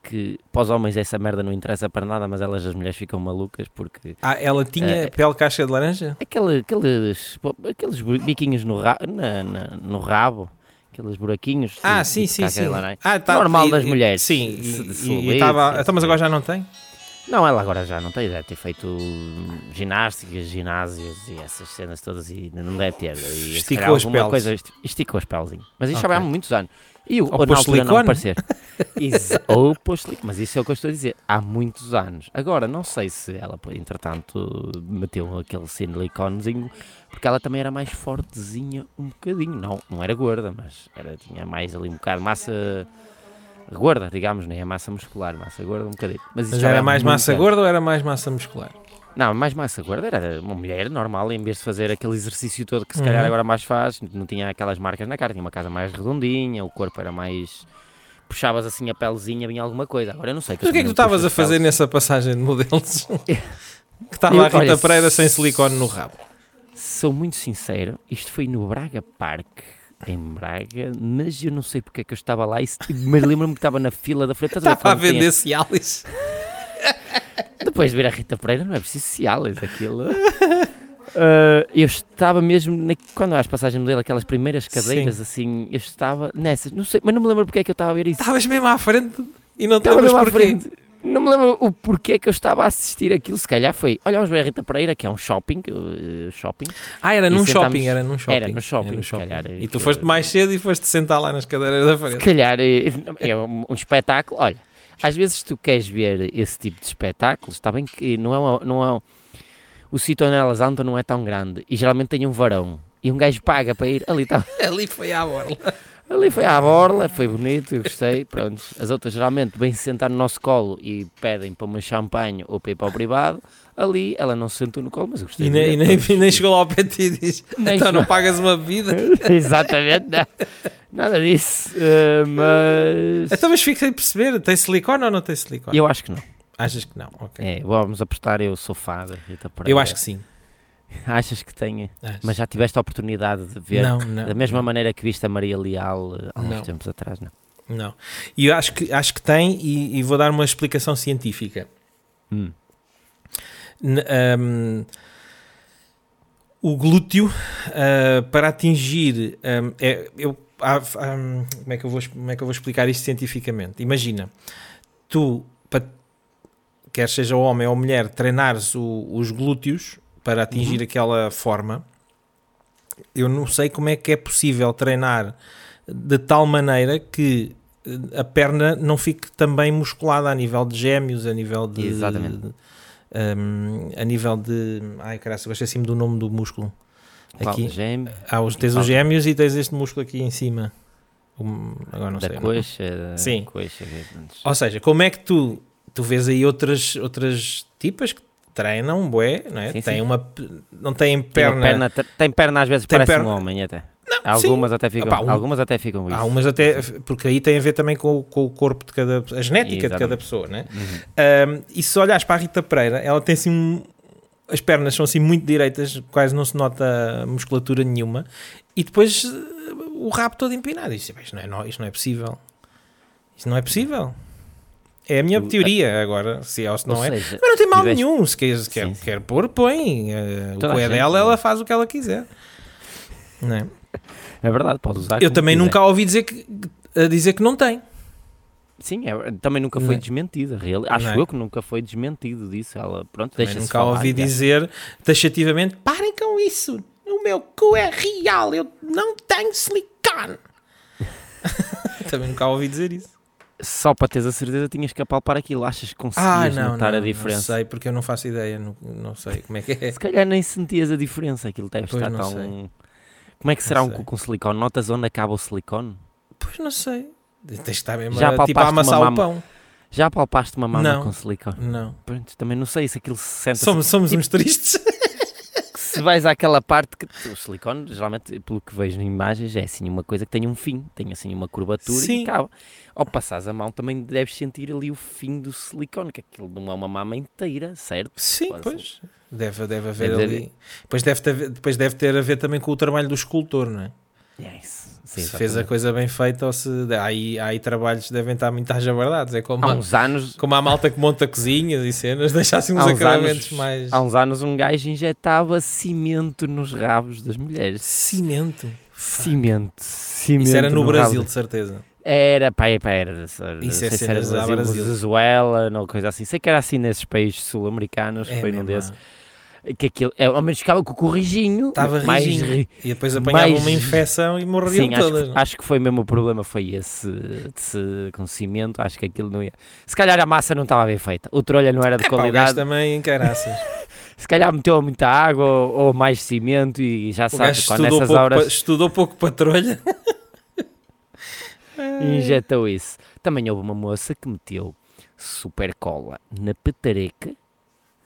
Speaker 1: Que para os homens essa merda não interessa para nada, mas elas, as mulheres, ficam malucas porque
Speaker 2: Ah, ela tinha
Speaker 1: Eh,
Speaker 2: pele caixa de laranja?
Speaker 1: Aquele, aqueles, pô, aqueles biquinhos no, ra, na- na- no rabo, aqueles buraquinhos. tipo
Speaker 2: Ah,
Speaker 1: de-
Speaker 2: sim,
Speaker 1: de
Speaker 2: sim,
Speaker 1: casca de
Speaker 2: sim.
Speaker 1: laranja.
Speaker 2: Ah, tá-
Speaker 1: Normal
Speaker 2: e-
Speaker 1: das
Speaker 2: e-
Speaker 1: mulheres.
Speaker 2: Sim,
Speaker 1: Se- se-
Speaker 2: e-
Speaker 1: se
Speaker 2: e- e
Speaker 1: lê,
Speaker 2: estava-
Speaker 1: se-
Speaker 2: então, mas
Speaker 1: se-
Speaker 2: agora já não tem?
Speaker 1: Não, ela agora já não tem, deve ter feito ginásticas, ginásios e essas cenas todas e não deve ter. E, se
Speaker 2: Esticou
Speaker 1: calhar
Speaker 2: as
Speaker 1: alguma
Speaker 2: peles.
Speaker 1: coisa, esti- esticou as peles. sim. Mas isso já
Speaker 2: Ok.
Speaker 1: há muitos anos. E o,
Speaker 2: Ou
Speaker 1: ou na
Speaker 2: pôs
Speaker 1: altura não
Speaker 2: silicone.
Speaker 1: aparecer. Exa- Ou pôs silicone, mas isso é o que eu estou a dizer. Há muitos anos. Agora, não sei se ela, pô, entretanto, meteu aquele siliconezinho, porque ela também era mais fortezinha um bocadinho. Não, não era gorda, mas era, tinha mais ali um bocado de massa gorda, digamos, nem é massa muscular, massa gorda um bocadinho. Mas, isso
Speaker 2: Mas
Speaker 1: já
Speaker 2: era
Speaker 1: há
Speaker 2: mais
Speaker 1: muito
Speaker 2: massa
Speaker 1: tempo.
Speaker 2: gorda ou era mais massa muscular?
Speaker 1: Não, mais massa gorda era uma mulher normal, em vez de fazer aquele exercício todo que se
Speaker 2: Uhum.
Speaker 1: calhar agora mais faz, não tinha aquelas marcas na cara, tinha uma casa mais redondinha, o corpo era mais. Puxavas assim a pelezinha, vinha alguma coisa. Agora eu não sei.
Speaker 2: Mas o que é que tu estavas a fazer nessa passagem de modelos? que estava
Speaker 1: Eu-
Speaker 2: a Rita
Speaker 1: olha,
Speaker 2: Pereira sem silicone no rabo.
Speaker 1: Sou muito sincero, isto foi no Braga Park, em Braga, mas eu não sei porque é que eu estava lá, e se- mas lembro-me que estava na fila da frente. estás a ver
Speaker 2: Estava a
Speaker 1: quando tem-
Speaker 2: vender Cialis.
Speaker 1: Depois de ver a Rita Pereira, não é preciso cialas aquilo. Ah, eu estava mesmo, na, quando às passagens dele, aquelas primeiras cadeiras, assim, eu estava nessas, não sei, mas não me lembro porque é que eu estava a ver isso.
Speaker 2: Estavas mesmo à frente e não te
Speaker 1: Estava
Speaker 2: lembras
Speaker 1: mesmo à
Speaker 2: Tá, porquê.
Speaker 1: frente. Não me lembro o porquê que eu estava a assistir aquilo, se calhar foi, olha, vamos ver a Rita Pereira, que é um shopping, eh, shopping,
Speaker 2: Ah, era
Speaker 1: E
Speaker 2: num
Speaker 1: sentámos-
Speaker 2: shopping, era num shopping.
Speaker 1: era no shopping, se calhar,
Speaker 2: E tu
Speaker 1: que-
Speaker 2: foste mais cedo e foste sentar lá nas cadeiras da
Speaker 1: se
Speaker 2: frente.
Speaker 1: calhar eh, é um, um espetáculo, olha, às vezes tu queres ver esse tipo de espetáculos, está bem que não é, uma- não é um- o sítio onde elas andam não é tão grande, e geralmente tem um varão, e um gajo paga para ir, ali está
Speaker 2: Ali foi à borla.
Speaker 1: Ali foi à borla, foi bonito, eu gostei, pronto. As outras geralmente vêm sentar no nosso colo e pedem para uma champanhe ou para ir para o privado. Ali ela não se sentou no colo, mas eu gostei.
Speaker 2: E
Speaker 1: de
Speaker 2: nem, e
Speaker 1: ver,
Speaker 2: nem,
Speaker 1: pronto.
Speaker 2: e nem chegou lá ao pé de ti e diz:
Speaker 1: Nem
Speaker 2: Então não
Speaker 1: chegou.
Speaker 2: pagas uma bebida?
Speaker 1: Exatamente, não. nada disso. eh, mas
Speaker 2: Então, mas fiquei a perceber: tem silicone ou não tem silicone?
Speaker 1: eu acho que não.
Speaker 2: Achas que não? Ok.
Speaker 1: É, vamos apostar, eu sou fada. Rita
Speaker 2: Eu
Speaker 1: Pereira.
Speaker 2: acho que sim.
Speaker 1: Achas que tenho,
Speaker 2: Acho.
Speaker 1: mas já tiveste a oportunidade de ver
Speaker 2: Não, não,
Speaker 1: da mesma maneira que viste a Maria Leal eh, há uns
Speaker 2: Não.
Speaker 1: tempos atrás, não?
Speaker 2: Não. E eu acho que, acho que tem, e, e vou dar uma explicação científica.
Speaker 1: Hum.
Speaker 2: N- ahm, o glúteo, ah, para atingir. ahm, é- eu, há- ahm, como, é que eu vou, ex- como é que eu vou explicar isto cientificamente? Imagina, tu, pa- quer seja homem ou mulher, treinares o- os glúteos para atingir aquela forma. Eu não sei como é que é possível treinar de tal maneira que eh, a perna não fique também musculada a nível de gêmeos, a nível de.
Speaker 1: Exatamente.
Speaker 2: de- hum, a nível de. Ai, caralho, eu gostei sempre do nome do músculo.
Speaker 1: Aqui,
Speaker 2: Aqui. eh, Há os, tens os gêmeos e tens este músculo aqui em cima. Hum, agora não
Speaker 1: da
Speaker 2: sei. o nome.
Speaker 1: coxa, da
Speaker 2: Sim.
Speaker 1: coxa. eh, que-
Speaker 2: Ou seja, como é que tu. Tu vês aí outras, outras tipas que treinam, bué, não é?
Speaker 1: Sim,
Speaker 2: Tem
Speaker 1: sim.
Speaker 2: uma. pe- Não têm
Speaker 1: Tem uma
Speaker 2: perna.
Speaker 1: perna- te- tem perna às vezes
Speaker 2: Tem
Speaker 1: parece
Speaker 2: perna-
Speaker 1: um homem até.
Speaker 2: sim.
Speaker 1: algumas, até ficam,
Speaker 2: Epá, um-
Speaker 1: algumas até ficam com isso.
Speaker 2: Há umas até, porque aí tem a ver também com, o- com o corpo de cada a genética de
Speaker 1: Exatamente.
Speaker 2: cada pessoa, né?
Speaker 1: Uhum.
Speaker 2: Ahm, e se olhares para a Rita Pereira, ela tem assim um- as pernas são assim muito direitas, quase não se nota musculatura nenhuma, e depois eh, o rabo todo empinado. Isto, isto, não, é, no- isto não é possível. Isto não é possível. É a minha teoria agora, se é ou se não
Speaker 1: Ou
Speaker 2: é.
Speaker 1: seja,
Speaker 2: Mas não tem mal
Speaker 1: tiveste-
Speaker 2: nenhum, se quer, se quer,
Speaker 1: Sim, sim.
Speaker 2: quer pôr, põe. eh, o
Speaker 1: Toda
Speaker 2: que
Speaker 1: a
Speaker 2: é
Speaker 1: gente,
Speaker 2: dela,
Speaker 1: não é?
Speaker 2: ela faz o que ela quiser. Não é?
Speaker 1: É verdade, podes usar.
Speaker 2: Eu
Speaker 1: como
Speaker 2: também
Speaker 1: quiser.
Speaker 2: nunca ouvi dizer que, a dizer que não tem.
Speaker 1: Sim, é- também nunca foi
Speaker 2: Não.
Speaker 1: desmentida. real- Acho
Speaker 2: Não é?
Speaker 1: eu que nunca foi desmentido disso. Ela, pronto,
Speaker 2: Também
Speaker 1: deixa-se
Speaker 2: nunca
Speaker 1: falar,
Speaker 2: ouvi
Speaker 1: já.
Speaker 2: dizer taxativamente: parem com isso, o meu cu é real, eu não tenho silicone. também nunca ouvi dizer isso.
Speaker 1: Só para teres a certeza, tinhas que apalpar aquilo. Achas que conseguias notar a diferença?
Speaker 2: Ah, Não sei, porque eu não faço ideia, não, não sei como é que é.
Speaker 1: Se calhar nem sentias a diferença. Aquilo deve
Speaker 2: Pois,
Speaker 1: estar
Speaker 2: não
Speaker 1: tão.
Speaker 2: sei.
Speaker 1: Como é que será um
Speaker 2: sei.
Speaker 1: cu com silicone? Notas onde acaba o silicone?
Speaker 2: Pois não sei. Tens de estar mesmo
Speaker 1: Já
Speaker 2: a, tipo, a
Speaker 1: palpaste uma
Speaker 2: amassar o
Speaker 1: mama?
Speaker 2: pão.
Speaker 1: Já apalpaste uma mama
Speaker 2: Não.
Speaker 1: com silicone?
Speaker 2: Não.
Speaker 1: Pronto, também não sei se aquilo se sente.
Speaker 2: Somos, somos uns tristes.
Speaker 1: que se vais àquela parte que o silicone, geralmente, pelo que vejo em imagens, é assim uma coisa que tem um fim, tem assim uma curvatura
Speaker 2: Sim.
Speaker 1: e acaba. Ao passares a mão também deves sentir ali o fim do silicone, que aquilo não é uma mama inteira, certo?
Speaker 2: Sim,
Speaker 1: Quase.
Speaker 2: pois. Deve, deve haver
Speaker 1: Deve
Speaker 2: ali. Depois, deve ter, depois deve ter a ver também com o trabalho do escultor, não é?
Speaker 1: É isso.
Speaker 2: se
Speaker 1: Sim,
Speaker 2: fez a
Speaker 1: exatamente.
Speaker 2: coisa bem feita ou se. Há aí, há aí trabalhos que devem estar muito ajabardados. É como,
Speaker 1: Há
Speaker 2: a,
Speaker 1: uns anos,
Speaker 2: como a malta que monta cozinhas e cenas, deixassem uns
Speaker 1: Há uns
Speaker 2: acabamentos
Speaker 1: anos-
Speaker 2: mais.
Speaker 1: há uns anos um gajo injetava cimento nos rabos das mulheres.
Speaker 2: Cimento.
Speaker 1: Cimento, cimento.
Speaker 2: Isso era no
Speaker 1: rabo
Speaker 2: Brasil, de certeza.
Speaker 1: Era, pá, é, pá, era.
Speaker 2: Isso é
Speaker 1: não sei se era
Speaker 2: cenas lá
Speaker 1: Brasil,
Speaker 2: Brasil.
Speaker 1: Venezuela, não, coisa assim. Sei que era assim nesses países sul-americanos,
Speaker 2: É
Speaker 1: foi num
Speaker 2: mesmo,
Speaker 1: desses. Que aquilo, é, ao menos ficava com o corrijinho.
Speaker 2: Estava
Speaker 1: mais
Speaker 2: rijinho.
Speaker 1: ri-
Speaker 2: E depois apanhava
Speaker 1: mais-
Speaker 2: uma infecção e morriam
Speaker 1: Sim, acho,
Speaker 2: todas.
Speaker 1: que,
Speaker 2: não é?
Speaker 1: acho que foi mesmo o problema, foi esse, esse com cimento, acho que aquilo não ia... Se calhar a massa não estava bem feita, o trolha não era de
Speaker 2: Pá, o gajo
Speaker 1: qualidade,
Speaker 2: também, caraças.
Speaker 1: se calhar meteu muita água ou, ou mais cimento e já
Speaker 2: O
Speaker 1: sabe,
Speaker 2: gajo
Speaker 1: quando
Speaker 2: estudou
Speaker 1: nessas
Speaker 2: pouco, pa-
Speaker 1: horas
Speaker 2: estudou pouco patrulha.
Speaker 1: injetou isso. Também houve uma moça que meteu super cola na petareca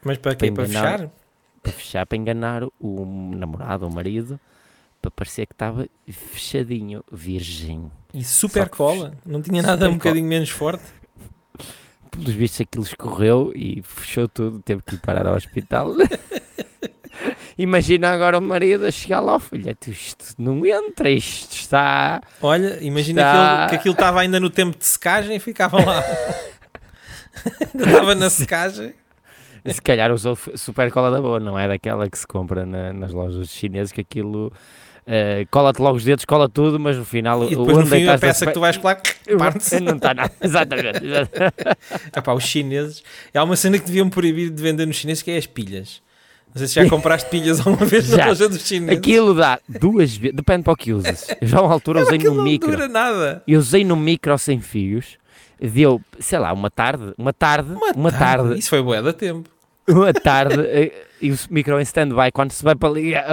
Speaker 2: Mas para quê? Para
Speaker 1: Para enganar.
Speaker 2: fechar?
Speaker 1: para fechar, para enganar o namorado ou o marido, para parecer que estava fechadinho, virgem.
Speaker 2: E
Speaker 1: Só
Speaker 2: super
Speaker 1: que-
Speaker 2: cola. Não tinha nada
Speaker 1: Super
Speaker 2: um bocadinho menos forte.
Speaker 1: Pelos vistos aquilo escorreu e fechou tudo, teve que ir parar ao hospital. Imagina agora o marido a chegar lá, "Oh, filha, tu isto não entra, isto está...
Speaker 2: Olha, imagina
Speaker 1: Está-
Speaker 2: que, ele- que aquilo estava ainda no tempo de secagem e ficava lá. ainda estava na secagem.
Speaker 1: Se calhar usou f- super cola da boa, não é daquela que se compra na- nas lojas chinesas, que aquilo... eh, cola-te logo os dedos, cola tudo, mas no final
Speaker 2: E
Speaker 1: o-
Speaker 2: depois no
Speaker 1: onde
Speaker 2: fim a
Speaker 1: estás
Speaker 2: peça que tu vais colar parte-se.
Speaker 1: Não está nada, exatamente. exatamente.
Speaker 2: Epá, os chineses. Há uma cena que deviam proibir de vender nos chineses que é as pilhas. Não sei se já compraste pilhas alguma vez na
Speaker 1: Já.
Speaker 2: loja dos chineses.
Speaker 1: Aquilo dá duas vezes, depende para o que uses. Eu já a uma altura usei
Speaker 2: Aquilo
Speaker 1: no
Speaker 2: não
Speaker 1: micro.
Speaker 2: dura nada.
Speaker 1: Eu usei no micro sem fios. Deu, sei lá, uma tarde, uma tarde, uma, tarde,
Speaker 2: Isso foi bué da tempo.
Speaker 1: uma tarde, eh, e o micro em stand-by. Quando se vai para ali, eh,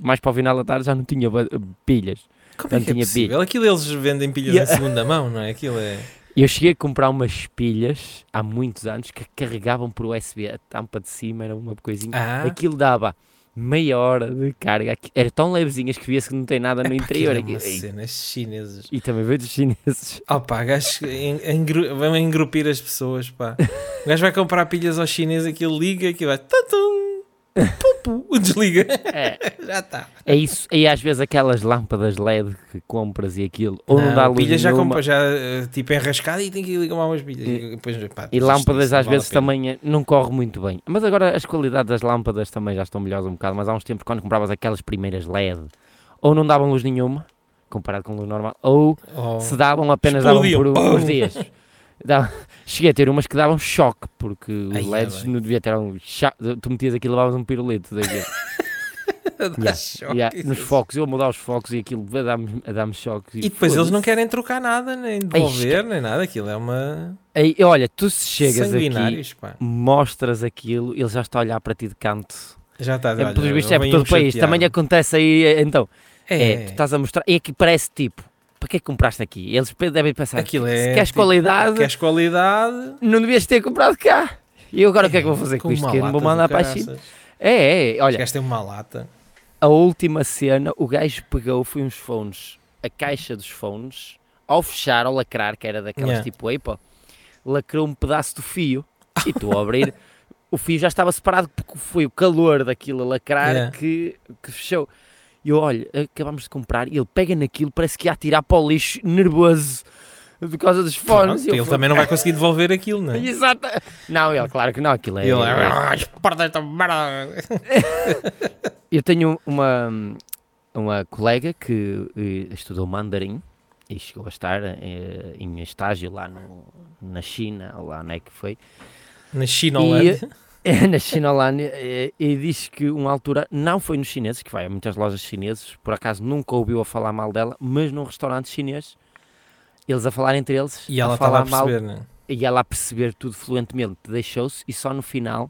Speaker 1: mais para o final da tarde, já não tinha ba- pilhas.
Speaker 2: Como
Speaker 1: Não
Speaker 2: é que é
Speaker 1: tinha
Speaker 2: possível? Aquilo eles vendem pilhas
Speaker 1: Yeah.
Speaker 2: em segunda mão, não é? Aquilo é...
Speaker 1: E eu cheguei a comprar umas pilhas há muitos anos que carregavam por USB. A tampa de cima era uma coisinha.
Speaker 2: Ah,
Speaker 1: Aquilo dava meia hora de carga. Aqui- Era tão levezinhas que via-se que não tem nada no
Speaker 2: aquilo
Speaker 1: interior.
Speaker 2: é uma
Speaker 1: E-
Speaker 2: cena, esses chineses.
Speaker 1: e também veio dos chineses.
Speaker 2: Oh pá, gajos que en- engru- vão engrupir as pessoas, pá. O gajo vai comprar pilhas ao chinês, aquilo liga, aquilo vai... Tatum, pupu, desliga.
Speaker 1: É.
Speaker 2: Já está.
Speaker 1: É isso, e às vezes aquelas lâmpadas LED que compras e aquilo, ou não, dá luz
Speaker 2: pilhas já,
Speaker 1: nenhuma,
Speaker 2: compra, já eh, tipo enrascada e tem que ligar umas pilhas. E, depois, pá,
Speaker 1: e
Speaker 2: isto-
Speaker 1: lâmpadas
Speaker 2: isto não
Speaker 1: às
Speaker 2: vale a
Speaker 1: vezes
Speaker 2: pena.
Speaker 1: também eh, não corre muito bem. Mas agora as qualidades das lâmpadas também já estão melhores um bocado, mas há uns tempos quando compravas aquelas primeiras LED, ou não davam luz nenhuma, comparado com luz normal, ou
Speaker 2: Oh.
Speaker 1: se davam apenas
Speaker 2: Explodiam.
Speaker 1: davam por
Speaker 2: Pum!
Speaker 1: uns dias. Dá- Cheguei a ter umas que davam choque, porque
Speaker 2: Ai,
Speaker 1: os
Speaker 2: é
Speaker 1: LEDs
Speaker 2: bem.
Speaker 1: não devia ter um chá, tu metias aquilo e levavas um pirulito daquilo.
Speaker 2: Dá choque.
Speaker 1: Yeah, nos focos, eu a mudar os focos e aquilo a dar-me a dar-me choques.
Speaker 2: E depois eles
Speaker 1: foda-se.
Speaker 2: não querem trocar nada, nem devolver, nem nada. Aquilo é uma.
Speaker 1: Ei, olha, tu se chegas aqui,
Speaker 2: sanguinários, pá.
Speaker 1: mostras aquilo, ele já está a olhar para ti de canto.
Speaker 2: Já está a
Speaker 1: É,
Speaker 2: olha,
Speaker 1: pelos vistos é por
Speaker 2: vem
Speaker 1: todo
Speaker 2: um
Speaker 1: o país.
Speaker 2: chateado.
Speaker 1: Também acontece aí, é, então. É,
Speaker 2: É,
Speaker 1: tu estás a mostrar. E aqui parece tipo, para que é que compraste aqui? Eles pe- devem pensar,
Speaker 2: Aquilo
Speaker 1: tá- se
Speaker 2: é,
Speaker 1: queres
Speaker 2: tipo,
Speaker 1: qualidade,
Speaker 2: Queres qualidade?
Speaker 1: não devias ter comprado cá. E eu agora o que é que vou fazer com,
Speaker 2: uma
Speaker 1: isto? Que eu não vou
Speaker 2: lata do
Speaker 1: mandar para a
Speaker 2: caraças.
Speaker 1: China. É, é, olha,
Speaker 2: Chegaste a uma lata.
Speaker 1: a última cena, o gajo pegou, foi uns fones, a caixa dos fones, ao fechar, ao lacrar, que era daquelas
Speaker 2: Yeah.
Speaker 1: tipo Apple, lacrou um pedaço do fio e tu ao abrir, o fio já estava separado porque foi o calor daquilo a lacrar
Speaker 2: Yeah.
Speaker 1: que, que fechou. E eu, olha, acabámos de comprar e ele pega naquilo, parece que ia atirar para o lixo, nervoso. por causa dos fones.
Speaker 2: Pronto,
Speaker 1: E eu
Speaker 2: ele
Speaker 1: fui-
Speaker 2: também não vai conseguir devolver aquilo, não é?
Speaker 1: Exato. Não, ele, claro que não, aquilo é.
Speaker 2: Ele "Ah, exporta esta merda."
Speaker 1: Eu tenho uma, uma colega que eh, estudou mandarim e chegou a estar eh, em estágio lá no, na China, ou lá onde é que foi, É,
Speaker 2: Na China, Holândia.
Speaker 1: na China Holândia, eh, e diz que uma altura, não foi nos chineses, que vai a muitas lojas chineses, por acaso nunca ouviu a falar mal dela, mas num restaurante chinês, eles a falar entre eles,
Speaker 2: E ela
Speaker 1: a
Speaker 2: está lá
Speaker 1: falar
Speaker 2: a perceber, não é?
Speaker 1: e ela a perceber tudo fluentemente, deixou-se e só no final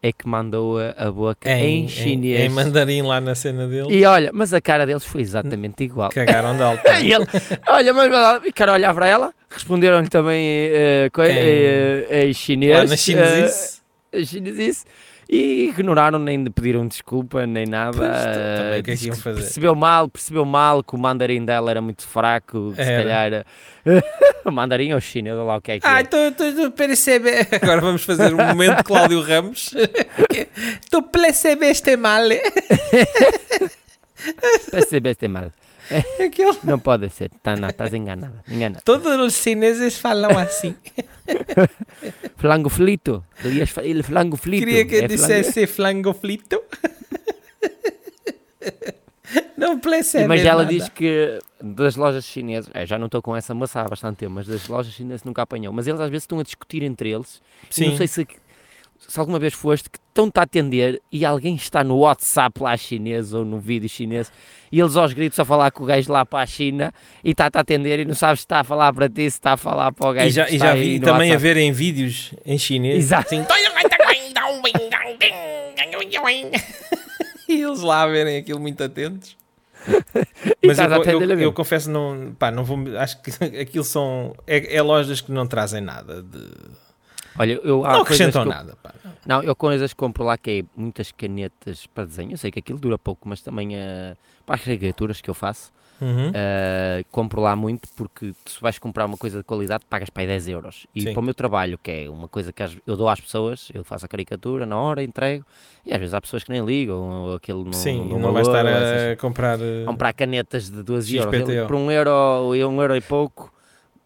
Speaker 1: é que mandou a, a boca em, chinês.
Speaker 2: Em, mandarim lá na cena dele.
Speaker 1: E olha, mas a cara deles foi exatamente igual.
Speaker 2: Cagaram de alto.
Speaker 1: E ele, olha, mas vai lá, e cara olhar para ela, responderam-lhe também eh, coi-
Speaker 2: Em-
Speaker 1: eh, em chinês.
Speaker 2: Lá na China
Speaker 1: eh,
Speaker 2: isso.
Speaker 1: em chinês isso, E ignoraram, nem de pediram desculpa, nem nada.
Speaker 2: Pois, também, o que é
Speaker 1: eh,
Speaker 2: que iam fazer?
Speaker 1: Percebeu mal, percebeu mal que o mandarim dela era muito fraco. que Se
Speaker 2: Era.
Speaker 1: calhar. eh, o mandarim ou chinês, ou lá o que é que é.
Speaker 2: Ah, estou a perceber. Agora vamos fazer um momento de Cláudio Ramos. Estou a perceber este mal.
Speaker 1: Percebeste mal.
Speaker 2: Aquele-
Speaker 1: Não pode ser. Tá, não, estás enganada. Enganada.
Speaker 2: Todos os chineses falam assim.
Speaker 1: Flango frito. Querias fa- ele flango frito.
Speaker 2: Queria que
Speaker 1: É flango-
Speaker 2: dissesse flango frito. Não percebe
Speaker 1: Mas ela
Speaker 2: é nada.
Speaker 1: diz que das lojas chinesas, é, já não estou com essa moça há bastante tempo, mas das lojas chinesas nunca apanhou. Mas eles às vezes estão a discutir entre eles. E
Speaker 2: Sim.
Speaker 1: não sei se, se alguma vez foste que estão-te a atender e alguém está no WhatsApp lá chinês ou no vídeo chinês e eles aos gritos a falar com o gajo lá para a China e está-te a atender e não sabes se está a falar para ti, se está a falar para o gajo.
Speaker 2: E já,
Speaker 1: que
Speaker 2: e
Speaker 1: está
Speaker 2: já
Speaker 1: aí
Speaker 2: vi
Speaker 1: no
Speaker 2: também a
Speaker 1: WhatsApp.
Speaker 2: ver em vídeos em chinês.
Speaker 1: Exato.
Speaker 2: assim, e eles lá a verem aquilo muito atentos.
Speaker 1: E
Speaker 2: Mas eu,
Speaker 1: estás a atender
Speaker 2: eu,
Speaker 1: a ver.
Speaker 2: eu confesso, não, pá, não vou. Acho que aquilo são. É, é lojas que não trazem nada. De,
Speaker 1: Olha, eu, há
Speaker 2: não
Speaker 1: coisas
Speaker 2: acrescentam
Speaker 1: que eu-
Speaker 2: nada. Pá.
Speaker 1: Não, eu com as compro lá que é muitas canetas para desenho. Eu sei que aquilo dura pouco, mas também eh, para as caricaturas que eu faço,
Speaker 2: Uhum.
Speaker 1: eh, compro lá muito porque tu se vais comprar uma coisa de qualidade pagas para aí 10 euros. E
Speaker 2: Sim.
Speaker 1: para o meu trabalho, que é uma coisa que às- eu dou às pessoas, eu faço a caricatura na hora, entrego, e às vezes há pessoas que nem ligam, ou aquilo não,
Speaker 2: Sim,
Speaker 1: não,
Speaker 2: não, vai estar
Speaker 1: valor, essas
Speaker 2: a comprar. eh,
Speaker 1: comprar canetas de 12 euros.
Speaker 2: XPTO.
Speaker 1: Ele, por um euro e um euro e pouco,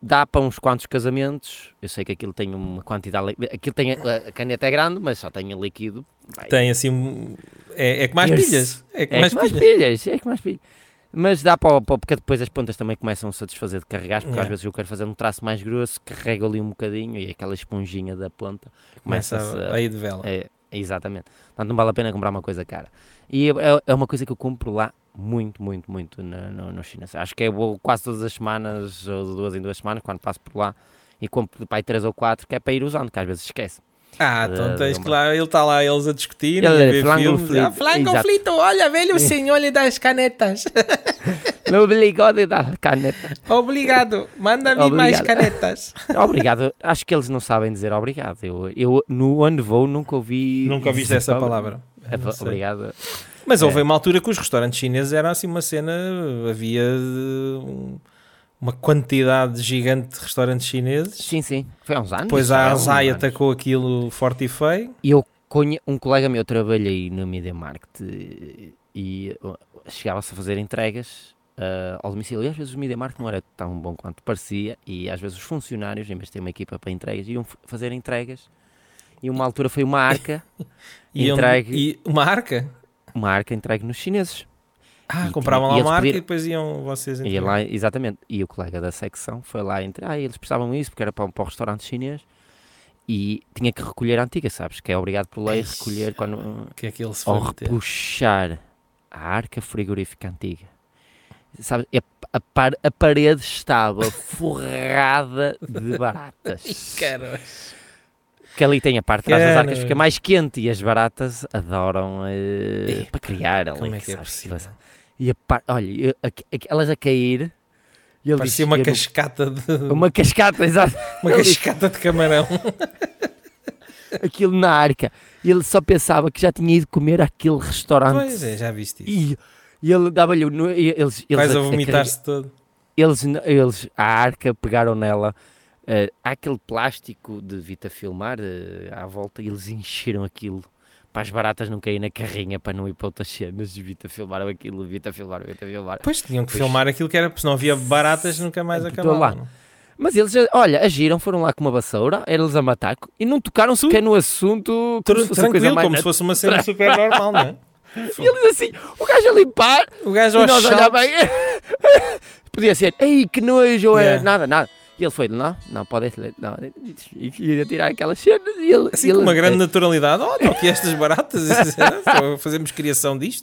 Speaker 1: dá para uns quantos casamentos. Eu sei que aquilo tem uma quantidade. li- Aquilo tem, a a caneta é grande, mas só tem líquido. Vai,
Speaker 2: Tem assim. um- É, é que mais
Speaker 1: Yes.
Speaker 2: pilhas. É que
Speaker 1: é
Speaker 2: mais
Speaker 1: que mais
Speaker 2: pilhas.
Speaker 1: pilhas, é que mais pilhas. Mas dá para, o- para o- porque depois as pontas também começam a satisfazer de carregar, porque às
Speaker 2: Yeah.
Speaker 1: vezes eu quero fazer um traço mais grosso, carrego ali um bocadinho e aquela esponjinha da ponta
Speaker 2: Começa
Speaker 1: começa
Speaker 2: a-
Speaker 1: a,
Speaker 2: a ir de vela.
Speaker 1: é, exatamente. Portanto, não vale a pena comprar uma coisa cara. E é, é- é uma coisa que eu compro lá muito, muito, muito na- no, no China. Acho que é vou quase todas as semanas, ou de duas em duas semanas, quando passo por lá, e compro pai três ou quatro, que é para ir usando, que às vezes esquece.
Speaker 2: Ah,
Speaker 1: de-
Speaker 2: então tens
Speaker 1: de
Speaker 2: que lá, ele está lá, eles a discutir,
Speaker 1: Ele
Speaker 2: a
Speaker 1: é
Speaker 2: ver
Speaker 1: flango
Speaker 2: filmes.
Speaker 1: frito,
Speaker 2: Ah, flango
Speaker 1: exato.
Speaker 2: frito, olha, velho senhor das canetas.
Speaker 1: Não obrigado a dar caneta.
Speaker 2: Obrigado, manda-me mais
Speaker 1: Obrigado.
Speaker 2: canetas.
Speaker 1: Obrigado. Acho que eles não sabem dizer obrigado. Eu, eu no onde vou, nunca ouvi.
Speaker 2: Nunca ouviste
Speaker 1: dizer
Speaker 2: essa
Speaker 1: sobre-
Speaker 2: palavra.
Speaker 1: É,
Speaker 2: Não sei.
Speaker 1: Obrigado.
Speaker 2: Mas
Speaker 1: É.
Speaker 2: houve uma altura que os restaurantes chineses eram assim uma cena, havia eh, um- uma quantidade gigante de restaurantes chineses.
Speaker 1: Sim, sim. Foi há uns anos.
Speaker 2: Depois
Speaker 1: Foi
Speaker 2: a
Speaker 1: há uns
Speaker 2: Azai
Speaker 1: anos.
Speaker 2: atacou aquilo forte e feio.
Speaker 1: E eu conhe... um colega meu trabalha aí no Media Market eh, e uh, chegava-se a fazer entregas ah, ao domicílio. E às vezes o Media Market não era tão bom quanto parecia, e às vezes os funcionários, em vez de ter uma equipa para entregas, iam f- fazer entregas. E uma altura foi uma arca,
Speaker 2: E, onde-
Speaker 1: Entregue.
Speaker 2: e uma arca.
Speaker 1: uma arca entregue nos chineses.
Speaker 2: Ah,
Speaker 1: E
Speaker 2: compravam
Speaker 1: tinha- e
Speaker 2: lá
Speaker 1: eles
Speaker 2: uma arca
Speaker 1: pediram-
Speaker 2: e depois iam vocês
Speaker 1: E lá, exatamente. E o colega da secção foi lá entre. Ah, eles precisavam isso porque era para, um- para o restaurante chinês. E tinha que recolher a antiga, sabes? Que é obrigado por lei
Speaker 2: Ei,
Speaker 1: recolher quando,
Speaker 2: que é que ele se
Speaker 1: ao
Speaker 2: foi meter.
Speaker 1: repuxar a arca frigorífica antiga, sabe, é- a, par- a parede estava forrada de baratas.
Speaker 2: Caralho.
Speaker 1: que ali tem a parte de trás das arcas,
Speaker 2: Caramba.
Speaker 1: fica mais quente e as baratas adoram eh, para criar ali.
Speaker 2: Como é que é
Speaker 1: sabes,
Speaker 2: possível?
Speaker 1: E a par- olha, eu- a- a- elas a cair, e ele
Speaker 2: Parecia
Speaker 1: disse,
Speaker 2: uma
Speaker 1: "Eu não-
Speaker 2: cascata de,
Speaker 1: uma cascata, exato.
Speaker 2: uma
Speaker 1: Ele disse,
Speaker 2: cascata de camarão.
Speaker 1: aquilo na arca. E ele só pensava que já tinha ido comer àquele restaurante.
Speaker 2: Pois é, já viste isso.
Speaker 1: E, e ele dava-lhe. o nu- e Eles, eles
Speaker 2: Vais a
Speaker 1: carre-
Speaker 2: vomitar-se todo.
Speaker 1: Eles, n- eles, a arca, pegaram nela. eh, há aquele plástico de Vita Filmar eh, à volta e eles encheram aquilo para as baratas não caírem na carrinha para não ir para outras cenas. e Vita Filmaram aquilo, Vita Filmaram, Vita Filmaram.
Speaker 2: Pois tinham que
Speaker 1: Pois.
Speaker 2: filmar aquilo que era, porque senão havia baratas nunca mais
Speaker 1: Por todo
Speaker 2: acabavam.
Speaker 1: lado.
Speaker 2: não?
Speaker 1: Mas eles, eh, olha, agiram, foram lá com uma vassoura, eles a matar e não tocaram sequer no assunto como Então, se fosse uma coisa
Speaker 2: Tranquilo,
Speaker 1: mais
Speaker 2: como se fosse uma cena super normal, não é?
Speaker 1: E eles assim, o gajo a limpar,
Speaker 2: O gajo
Speaker 1: e
Speaker 2: aos
Speaker 1: nós
Speaker 2: saltos,
Speaker 1: olhava Podia ser, ei, que nojo, ou era
Speaker 2: Yeah.
Speaker 1: nada, nada. E ele foi, não, não, pode ser, não. E ia tirar aquelas cenas e ele...
Speaker 2: assim
Speaker 1: e
Speaker 2: com
Speaker 1: ele- "É,
Speaker 2: uma grande naturalidade, olha aqui estas baratas, é, só fazemos criação disto.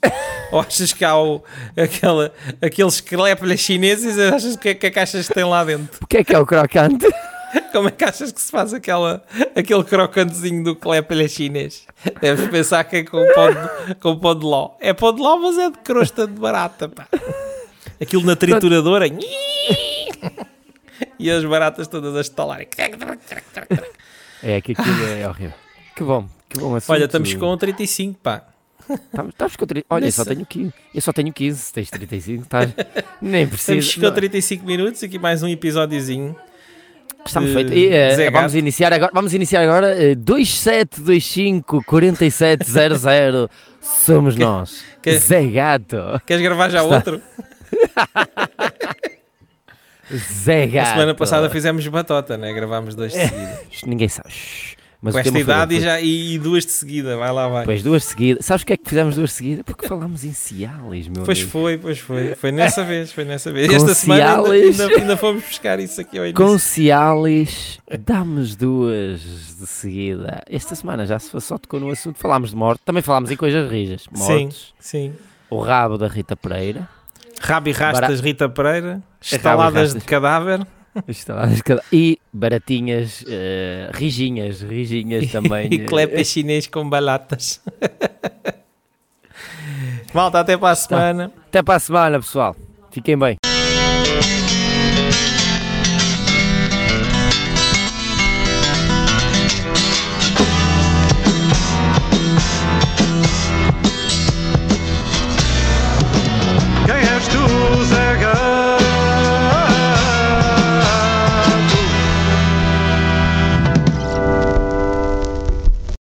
Speaker 2: Ou achas que há o, aquela, aqueles crepes chineses, achas que, é- que é que achas que tem lá dentro?
Speaker 1: O que é que é o crocante?
Speaker 2: Como é que achas que se faz aquela, aquele crocantezinho do clépalha chinês? Deves pensar que é com pão, de, com pão de ló. É pão de ló, mas é de crosta de barata, pá. Aquilo na trituradora. e as baratas todas a estalarem.
Speaker 1: É que aquilo é horrível. Que bom, que bom assunto.
Speaker 2: Olha, estamos com 35, pá.
Speaker 1: Estamos, estamos com tri- Olha, eu só
Speaker 2: Nessa-
Speaker 1: tenho 15. Eu só tenho 15, tens 35, estás... Nem
Speaker 2: Estamos
Speaker 1: preciso.
Speaker 2: com
Speaker 1: não-
Speaker 2: 35 minutos, aqui mais um episódiozinho.
Speaker 1: Estamos
Speaker 2: de-
Speaker 1: feito. E, eh,
Speaker 2: Zé Gato.
Speaker 1: vamos iniciar agora, vamos iniciar agora eh, 2725 4700. Somos nós.
Speaker 2: que-
Speaker 1: Zé Gato.
Speaker 2: Queres gravar já outro?
Speaker 1: Zé
Speaker 2: A
Speaker 1: Gato.
Speaker 2: semana
Speaker 1: tá.
Speaker 2: passada fizemos batota, né? Gravámos dois de seguida.
Speaker 1: Isto Ninguém sabe. Shhh. Mas
Speaker 2: com
Speaker 1: o
Speaker 2: esta
Speaker 1: tema foi
Speaker 2: idade e,
Speaker 1: bom.
Speaker 2: já, e, e duas de seguida, vai lá, vai.
Speaker 1: Depois duas seguidas. Sabes o que é que fizemos duas seguidas? Porque falámos em Cialis, meu
Speaker 2: Pois
Speaker 1: amigo.
Speaker 2: foi, pois foi. Foi nessa vez, foi nessa vez.
Speaker 1: Com
Speaker 2: Esta semana ainda,
Speaker 1: Cialis.
Speaker 2: ainda, ainda fomos buscar isso aqui ao início.
Speaker 1: Com Cialis, damos duas de seguida. Esta semana já se foi- só tocou no assunto. Falámos de morte. Também falámos em coisas rijas.
Speaker 2: Sim,
Speaker 1: Mortes.
Speaker 2: sim.
Speaker 1: O rabo da Rita Pereira.
Speaker 2: Rabi Rastas,
Speaker 1: Bara-
Speaker 2: Rita Pereira. Estaladas de
Speaker 1: Rastas.
Speaker 2: cadáver.
Speaker 1: Isto lá nas cada- E baratinhas, eh, rijinhas, rijinhas também.
Speaker 2: E clepas chinês com balatas. Malta, até para a semana.
Speaker 1: Até para a semana, pessoal. Fiquem bem.